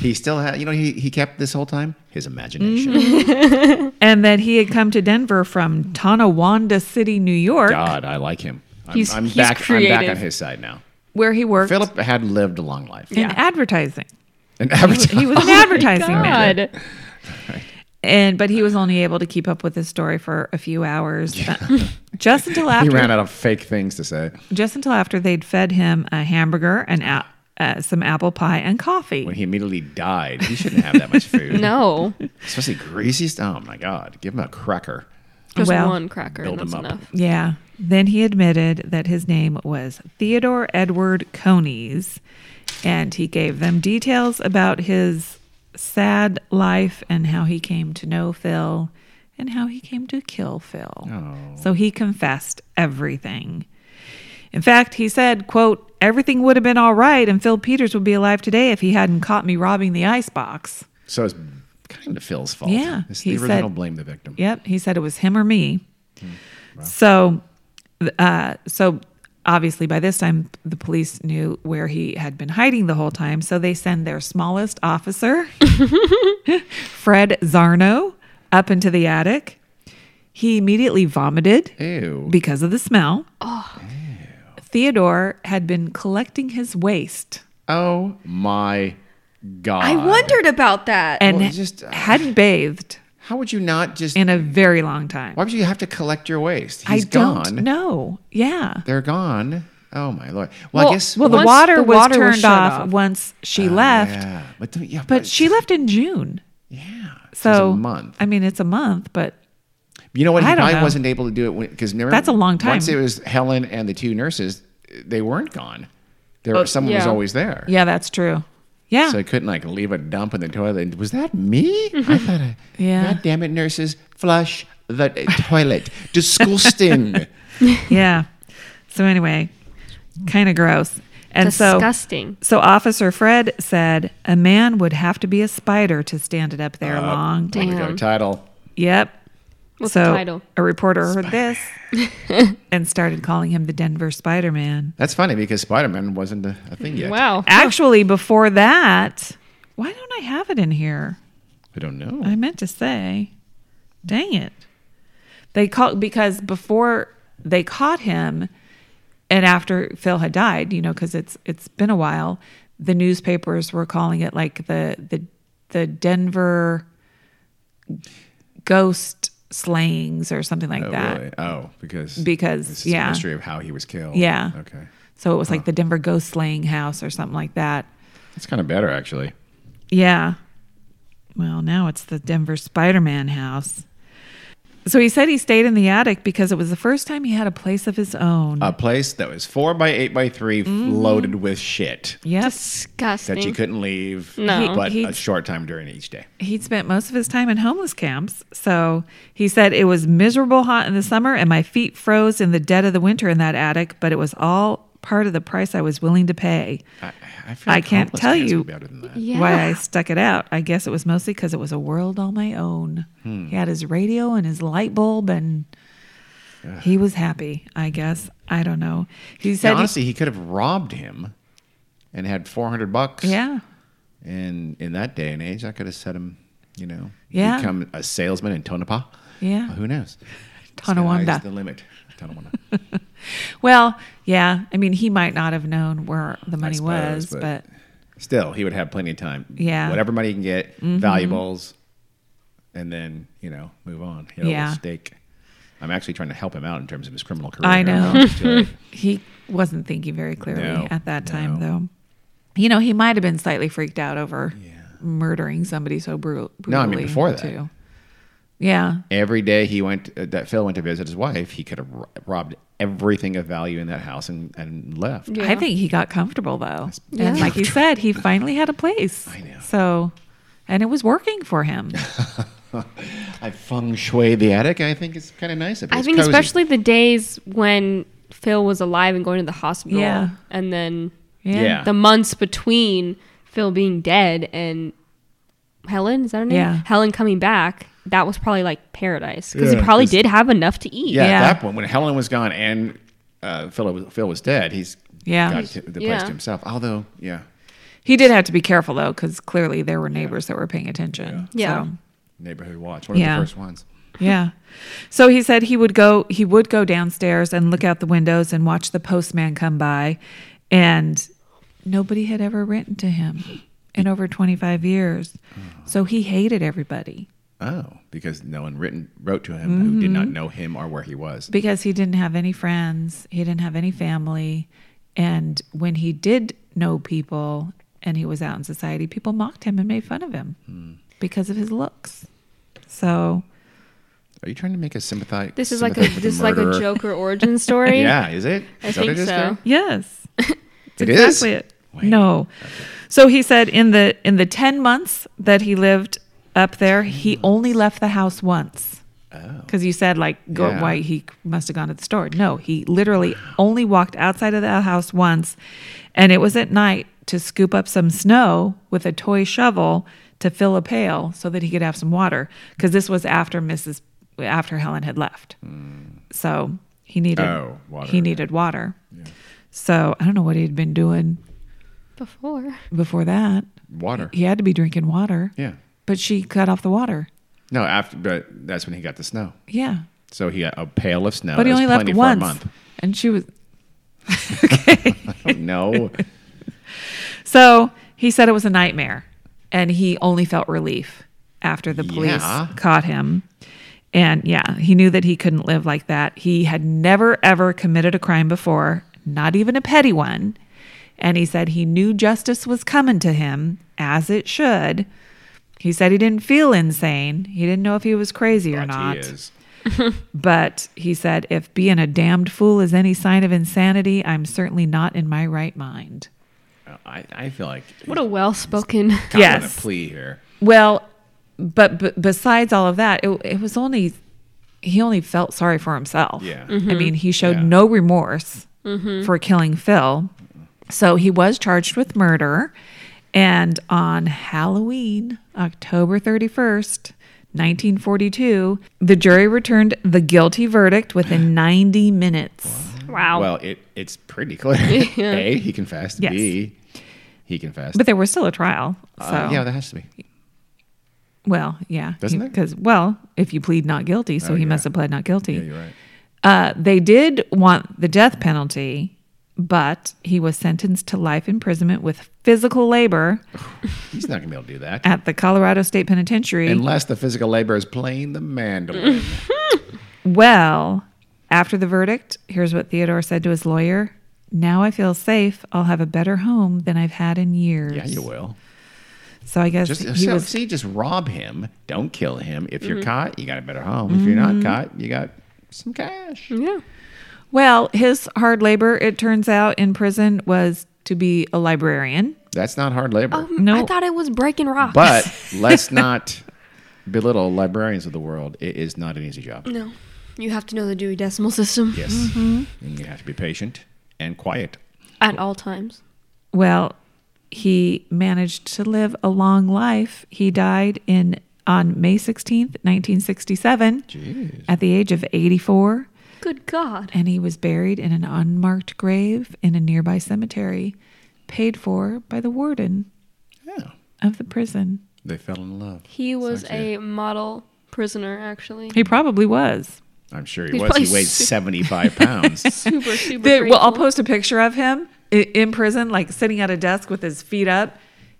S2: he still had, you know, he, he kept this whole time his
S3: Mm-hmm.
S2: imagination.
S3: and that he had come to Denver from Tonawanda City, New York,
S2: God, I like him. I'm,
S4: He's-
S2: I'm
S4: he's
S2: back. I'm back on
S4: creative.
S2: his side now.
S3: where he worked
S2: Philip had lived a long life.
S3: in advertising.
S2: And advertising.
S3: He was an advertising man.
S4: Oh God.
S3: and but he was only able to keep up with his story for a few hours just until after
S2: He ran out of fake things to say.
S3: just until after they'd fed him a hamburger and a, uh, some apple pie and coffee
S2: When he immediately died, he shouldn't have that much food.
S4: No.
S2: Especially greasy stuff. Oh my God. Give him a cracker.
S4: Just
S3: Well,
S4: one cracker. And
S2: build
S4: that's
S2: 'em up.
S4: enough.
S3: yeah then he admitted that his name was theodore edward conies and he gave them details about his sad life and how he came to know phil and how he came to kill phil so he confessed everything In fact, he said, quote, everything would have been all right and Phil Peters would be alive today if he hadn't caught me robbing the icebox.
S2: So it's kind of Phil's fault.
S3: Yeah,
S2: It's
S3: he
S2: the original
S3: said-
S2: blame the victim.
S3: Yep, he said it was him or me.
S2: Hmm,
S3: So uh so obviously by this time the police knew where he had been hiding the whole time, so they send their smallest officer, Fred Zarno, up into the attic. He immediately vomited
S2: Ew.
S3: because of the smell.
S2: Oh.
S3: Theodore had been collecting his waste
S2: Oh my God.
S1: I wondered about that.
S3: and
S2: Well, just-
S3: hadn't bathed
S2: How would you not just.
S3: in a very long time.
S2: why would you have to collect your waste?
S3: I
S2: He's
S3: don't
S2: gone.
S3: know. Yeah.
S2: They're gone. Oh my Lord. Well, I
S4: Well-
S2: guess.
S3: Well, the
S4: Once
S3: water
S4: the
S3: was
S4: water
S3: turned
S4: was shut
S3: off,
S4: off.
S3: once she left,
S2: Ah, Yeah. But, th- yeah,
S3: but she left in June.
S2: Yeah. So. it's
S3: So
S2: a month.
S3: I mean, it's a month, but
S2: You know what? He
S3: I don't
S2: probably
S3: know.
S2: wasn't able to do it because remember
S3: That's a long time.
S2: Once it was Helen and the two nurses, they weren't gone. There, someone was
S4: yeah.
S2: always there.
S3: yeah, that's true. Yeah.
S2: So I couldn't like leave a dump in the toilet. And, Was that me? I
S3: Mm-hmm.
S2: thought, I,
S3: Yeah.
S2: God damn it, nurses, flush the toilet. Disgusting.
S3: yeah. So anyway, kind of gross. And so
S4: Disgusting.
S3: So Officer Fred said, "A man would have to be a spider to stand it up there long."
S2: There we go.
S4: Damn.
S2: Title.
S3: Yep.
S4: What's
S3: so
S4: the title?
S3: a reporter heard this and started calling him the Denver Spider Man.
S2: That's funny because Spider Man wasn't a, a thing yet.
S4: Wow.
S3: Actually, before that, why don't I have it in here?
S2: I don't know.
S3: I meant to say, dang it. They caught because before they caught him and after Phil had died, you know, cuz it's it's been a while, the newspapers were calling it like the the the Denver ghost slayings or something like
S2: oh,
S3: that.
S2: really? Oh, because
S3: Because,
S2: this is
S3: yeah.
S2: a mystery of how he was killed.
S3: Yeah.
S2: Okay.
S3: So it was like the Denver ghost slaying house or something like that.
S2: That's kind of better actually.
S3: Yeah. Well, now it's the Denver Spider Man house. So he said he stayed in the attic because it was the first time he had a place of his own.
S2: A place that was four by eight by three, loaded with shit
S3: Mm. yes.
S4: Disgusting.
S2: that you couldn't leave.
S4: No.
S2: but
S3: He-
S2: a short time during each day.
S3: He'd spent most of his time in homeless camps. So he said it was miserable hot in the summer and my feet froze in the dead of the winter in that attic, but it was all part of the price I was willing to pay.
S2: I, I, feel
S3: I
S2: like
S3: can't
S2: homeless
S3: tell
S2: cans
S3: you
S2: would be better than that.
S4: yeah.
S3: Why I stuck it out. I guess it was mostly because it was a world all my own.
S2: Hmm.
S3: He had his radio and his light bulb, and he was happy. I guess I don't know. He
S2: Yeah,
S3: said, he-
S2: honestly, he could have robbed him and had 400 bucks.
S3: "Yeah,
S2: And in that day and age, I could have set him, you know,
S3: Yeah.
S2: become a salesman in Tonopah.
S3: Yeah.
S2: Who knows? Sky's
S3: Tonawanda."
S2: the limit. Tonawanda.
S3: well, yeah. I mean, he might not have known where the money
S2: suppose,
S3: was,
S2: but-
S3: but,
S2: Still, he would have plenty of time.
S3: Yeah. Mm-hmm.
S2: Whatever money he can get, valuables, and then, you know, move on. He had a
S3: Yeah.
S2: little stake. I'm actually trying to help him out in terms of his criminal career.
S3: I
S2: here.
S3: know.
S2: That's right.
S3: he wasn't thinking very clearly
S2: No,
S3: at that time,
S2: no.
S3: though. You know, he might have been slightly freaked out over murdering somebody so brutal.
S2: No, I mean, before that.
S3: Yeah,
S2: Every day he went, uh, that Phil went to visit his wife, he could have ro- robbed everything of value in that house and, and left.
S4: Yeah.
S3: I think he got comfortable though.
S4: Yeah.
S3: And like you said, he finally had a place.
S2: I know.
S3: So, and it was working for him.
S2: I feng shui the attic. I think it's kind of nice. If
S4: I
S2: it's
S4: think
S2: cozy.
S4: especially the days when Phil was alive and going to the hospital.
S3: Yeah.
S4: And then
S3: Yeah.
S2: Yeah.
S4: the months between Phil being dead and Helen, is that her name?
S3: Yeah.
S4: Helen coming back. That was probably like paradise because
S2: Yeah,
S4: he probably
S2: 'cause-
S4: did have enough to eat.
S2: yeah,
S3: Yeah.
S2: At that point, when Helen was gone and uh, Phil, was, Phil was dead, he's
S3: Yeah.
S2: got t- the place
S4: Yeah.
S2: to himself. Although, yeah,
S3: He did have to be careful though, because clearly there were neighbors that were paying attention.
S4: Yeah.
S3: So,
S2: neighborhood watch, one of
S3: Yeah.
S2: the first ones.
S3: yeah. So he said he would go. He would go downstairs and look out the windows and watch the postman come by, and nobody had ever written to him in over twenty five years.
S2: Mm.
S3: So he hated everybody
S2: Oh, because no one written wrote to him who did
S3: Mm-hmm.
S2: not know him or where he was.
S3: because he didn't have any friends, he didn't have any family, and when he did know people and he was out in society, people mocked him and made fun of him
S2: Hmm.
S3: because of his looks. So
S2: Are you trying to make a sympathize?
S4: This is like a
S2: sympathize with the
S4: this is like a
S2: murderer?
S4: Joker origin story.
S2: Yeah, is it?
S4: I
S2: Is that
S4: think
S2: what it is,
S4: so.
S2: Sarah?
S3: yes,
S2: It is?
S3: exactly it. No, so he said in the in the ten months that he lived up there, he only left the house once.
S2: Oh.
S3: Because you said like go
S2: Yeah.
S3: why he must have gone to the store. No, he literally only walked outside of the house once, and it was at night to scoop up some snow with a toy shovel to fill a pail so that he could have some water. Because this was after Mrs. after Helen had left, so he needed
S2: Hmm. Oh, water,
S3: he needed water. So I don't know what he had been doing
S4: Before.
S3: before that.
S2: Water.
S3: He had to be drinking water.
S2: Yeah.
S3: but she cut off the water.
S2: No, after, but that's when he got the snow.
S3: Yeah,
S2: So he got a pail of snow.
S3: but
S2: that
S3: he
S2: was
S3: only left
S2: plenty for
S3: once,
S2: a month. Oh,
S3: and she was.
S2: no.
S3: So he said it was a nightmare and he only felt relief after the police
S2: Yeah.
S3: caught him. And yeah, he knew that he couldn't live like that. He had never, ever committed a crime before, not even a petty one. And he said he knew justice was coming to him as it should. He said he didn't feel insane. He didn't know if he was crazy or
S2: But
S3: not.
S2: He is.
S3: But he said, if being a damned fool is any sign of insanity, I'm certainly not in my right mind.
S2: I, I feel like
S4: What a well spoken
S2: kind of
S3: Yes.
S2: a plea here.
S3: Well, but, but besides all of that, it, it was only he only felt sorry for himself.
S2: Yeah.
S3: I mean, he showed
S2: Yeah.
S3: no remorse for killing Phil. So he was charged with murder. And on Halloween, October 31st, 1942, the jury returned the guilty verdict within 90 minutes. Oh.
S4: Wow.
S2: Well, it, it's pretty clear. A, he confessed.
S3: Yes.
S2: B, he confessed.
S3: But there was still a trial. So,
S2: Uh, yeah, that has to be.
S3: well, yeah.
S2: Doesn't there?
S3: Because, well, if you plead not guilty, so
S2: Oh,
S3: he
S2: yeah.
S3: must have pled not guilty.
S2: Yeah, you're right.
S3: Uh, they did want the death penalty, but he was sentenced to life imprisonment with physical labor
S2: He's not gonna be able to do that
S3: at the Colorado State Penitentiary.
S2: unless the physical labor is playing the mandolin.
S3: Mm. well, after the verdict, here's what Theodore said to his lawyer. Now I feel safe. I'll have a better home than I've had in years.
S2: yeah, you will.
S3: So I guess
S2: Just
S3: he
S2: so-
S3: was Mm-hmm.
S2: see, just rob him. Don't kill him. If you're caught, you got a better home. If you're not caught, you got some cash.
S3: Mm.
S4: yeah.
S3: Well, his hard labor, it turns out, in prison was to be a librarian.
S2: That's not hard labor.
S1: Um, I
S3: No.
S1: thought it was breaking rocks.
S2: But let's not belittle librarians of the world. It is not an easy job.
S1: no, you have to know the Dewey Decimal System
S2: Yes.
S3: Mm-hmm.
S2: And you have to be patient and quiet.
S1: at all times.
S3: Well, he managed to live a long life. He died in on May 16th, 1967, at the age of 84,
S1: Good God.
S3: and he was buried in an unmarked grave in a nearby cemetery paid for by the warden
S2: Yeah.
S3: of the prison.
S2: They fell in love.
S4: He was
S2: Sucks,
S4: a model prisoner, actually.
S3: He probably was.
S2: I'm sure he
S1: He's
S2: was. He
S1: probably
S2: weighed
S1: su-
S2: 75 pounds.
S4: Super, super.
S3: The- well, I'll
S4: grateful.
S3: post a picture of him i- in prison, like sitting at a desk with his feet up.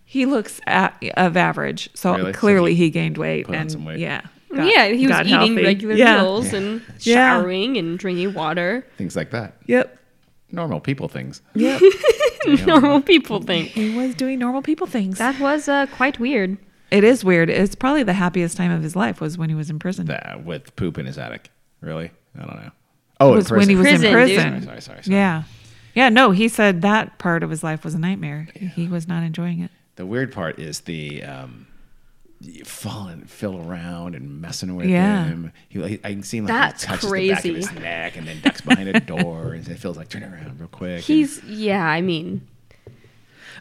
S3: He looks at, of average, so
S2: Really? So
S3: clearly he gained weight.
S2: put on
S3: and
S2: some weight.
S3: Yeah,
S4: yeah, he was
S3: got
S4: eating
S3: healthy.
S4: regular
S3: yeah.
S4: meals and
S3: Yeah.
S4: showering and drinking water.
S2: things like that.
S3: Yep,
S2: Normal people things.
S3: yep.
S4: Normal people think.
S3: he was doing normal people things.
S4: That was uh, quite weird.
S3: it is weird. It's probably the happiest time of his life was when he was in prison.
S2: Nah, Uh, with poop in his attic. Really? I don't know. Oh, in
S3: was when he was in
S4: Prison, dude.
S3: prison.
S2: Sorry, sorry, sorry, sorry.
S3: Yeah, yeah. No, he said that part of his life was a nightmare. He was not enjoying it.
S2: The weird part is the um, you fall and fill around and messing with
S3: Yeah.
S2: him. He, I can see him like
S4: That's
S2: he touches the
S4: crazy.
S2: back of his neck and then ducks behind a door and it feels like turn around real quick.
S4: He's, yeah, I mean,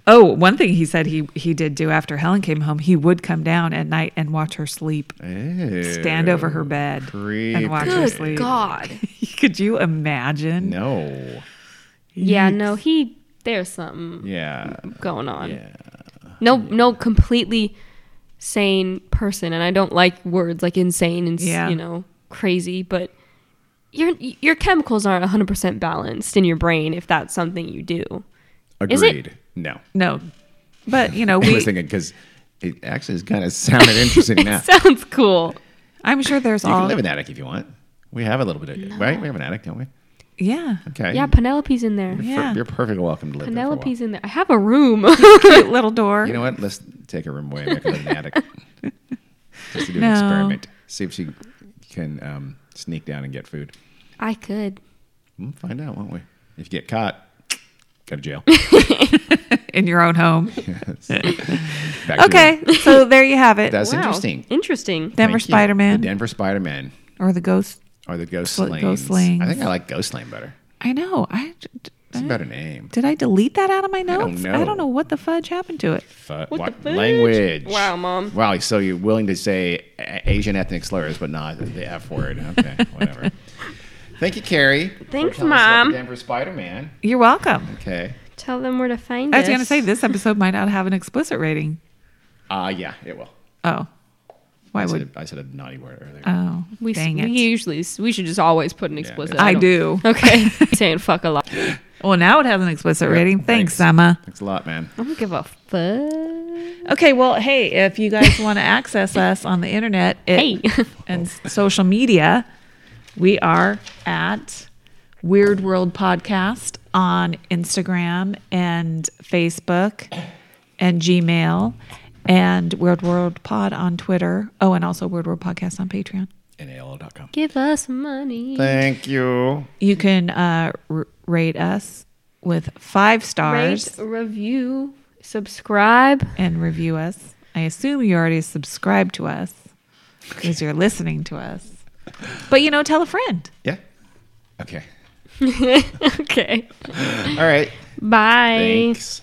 S3: Oh, one thing he said he he did do after Helen came home, he would come down at night and watch her sleep. stand over her bed and watch her
S2: creepy.
S3: sleep.
S1: God.
S3: Could you imagine?
S2: No.
S4: yeah, no, he, there's something
S2: Yeah.
S4: going on.
S2: Yeah.
S4: No, no, completely sane person, and I don't like words like insane and s
S3: Yeah.
S4: you know crazy, but your your chemicals aren't 100 percent balanced in your brain if that's something you do. Is it-
S2: Agreed. No.
S3: No, but you know
S2: I was
S3: we.
S2: thinking because it actually is kind of sounded interesting now.
S4: Sounds cool.
S3: I'm sure there's
S2: you
S3: all.
S2: can live in the attic if you want. We have a little bit of right. We have an attic, don't we?
S3: yeah,
S2: Okay.
S4: Yeah, Penelope's in there.
S2: You're,
S3: Yeah.
S2: you're perfectly welcome to live there for a while.
S4: Penelope's in there. I have a room.
S3: cute little door.
S2: You know what? Let's take a room away and make her live in the attic. Just to do
S3: No.
S2: an experiment. See if she can um, sneak down and get food.
S4: I could.
S2: We'll find out, won't we? If you get caught, go to jail.
S3: in your own home.
S2: Back to
S3: Okay, so there you have it.
S2: That's
S4: Wow.
S2: interesting.
S4: Interesting.
S2: Thank
S3: Denver
S2: you.
S3: Spider
S2: The
S3: Man
S2: Denver Spider Man.
S3: or the Ghost.
S2: Or the Ghost
S3: Ghost
S2: Lanes. I think
S3: Lanes.
S2: I like Ghost Lane better.
S3: I know. I, d- d-
S2: It's a better name.
S3: did I delete that out of my
S2: don't
S3: notes?
S2: know.
S3: what the fudge happened to it.
S2: Fu-
S4: the
S2: what
S4: fudge?
S2: language?
S4: Wow, Mom.
S2: Wow, so you're willing to say a- Asian ethnic slurs, but not the F word. Okay, whatever. Thank you, Carrie. for
S4: Thanks,
S2: telling us about
S4: Mom.
S2: the Denver Spider Man.
S3: You're welcome.
S2: Okay.
S4: Tell them where to find
S3: I
S4: us.
S3: was going to say this episode might not have an explicit rating.
S2: Uh, yeah, it will.
S3: Oh, why
S2: I
S3: would?
S2: said, I said a naughty word earlier.
S3: Oh,
S4: We, s-
S3: dang
S4: we
S3: it.
S4: usually s- we should just always put an
S2: it's-
S4: explicit.
S3: I
S4: don't-
S3: do.
S4: Okay, saying fuck a lot. I
S3: Well, now it has an explicit
S2: Yep,
S3: rating. Thanks,
S2: thanks.
S3: Emma.
S2: Thanks a lot, man.
S4: don't give a fuck.
S3: Okay, well, hey, if you guys want to access us on the internet it,
S4: Hey.
S3: and s- social media, we are at Weird World Podcast on Instagram and Facebook and Gmail and Weird World Pod on Twitter. Oh, and also Weird World Podcast on Patreon.
S2: And AOL.com.
S4: Give us money.
S2: Thank you.
S3: You can uh, r- rate us with five stars.
S4: Rate, review, subscribe.
S3: and review us. I assume you already subscribed to us because you're listening to us. But you know, tell a friend.
S2: Yeah. Okay.
S4: Okay.
S2: All right.
S4: Bye.
S2: Thanks.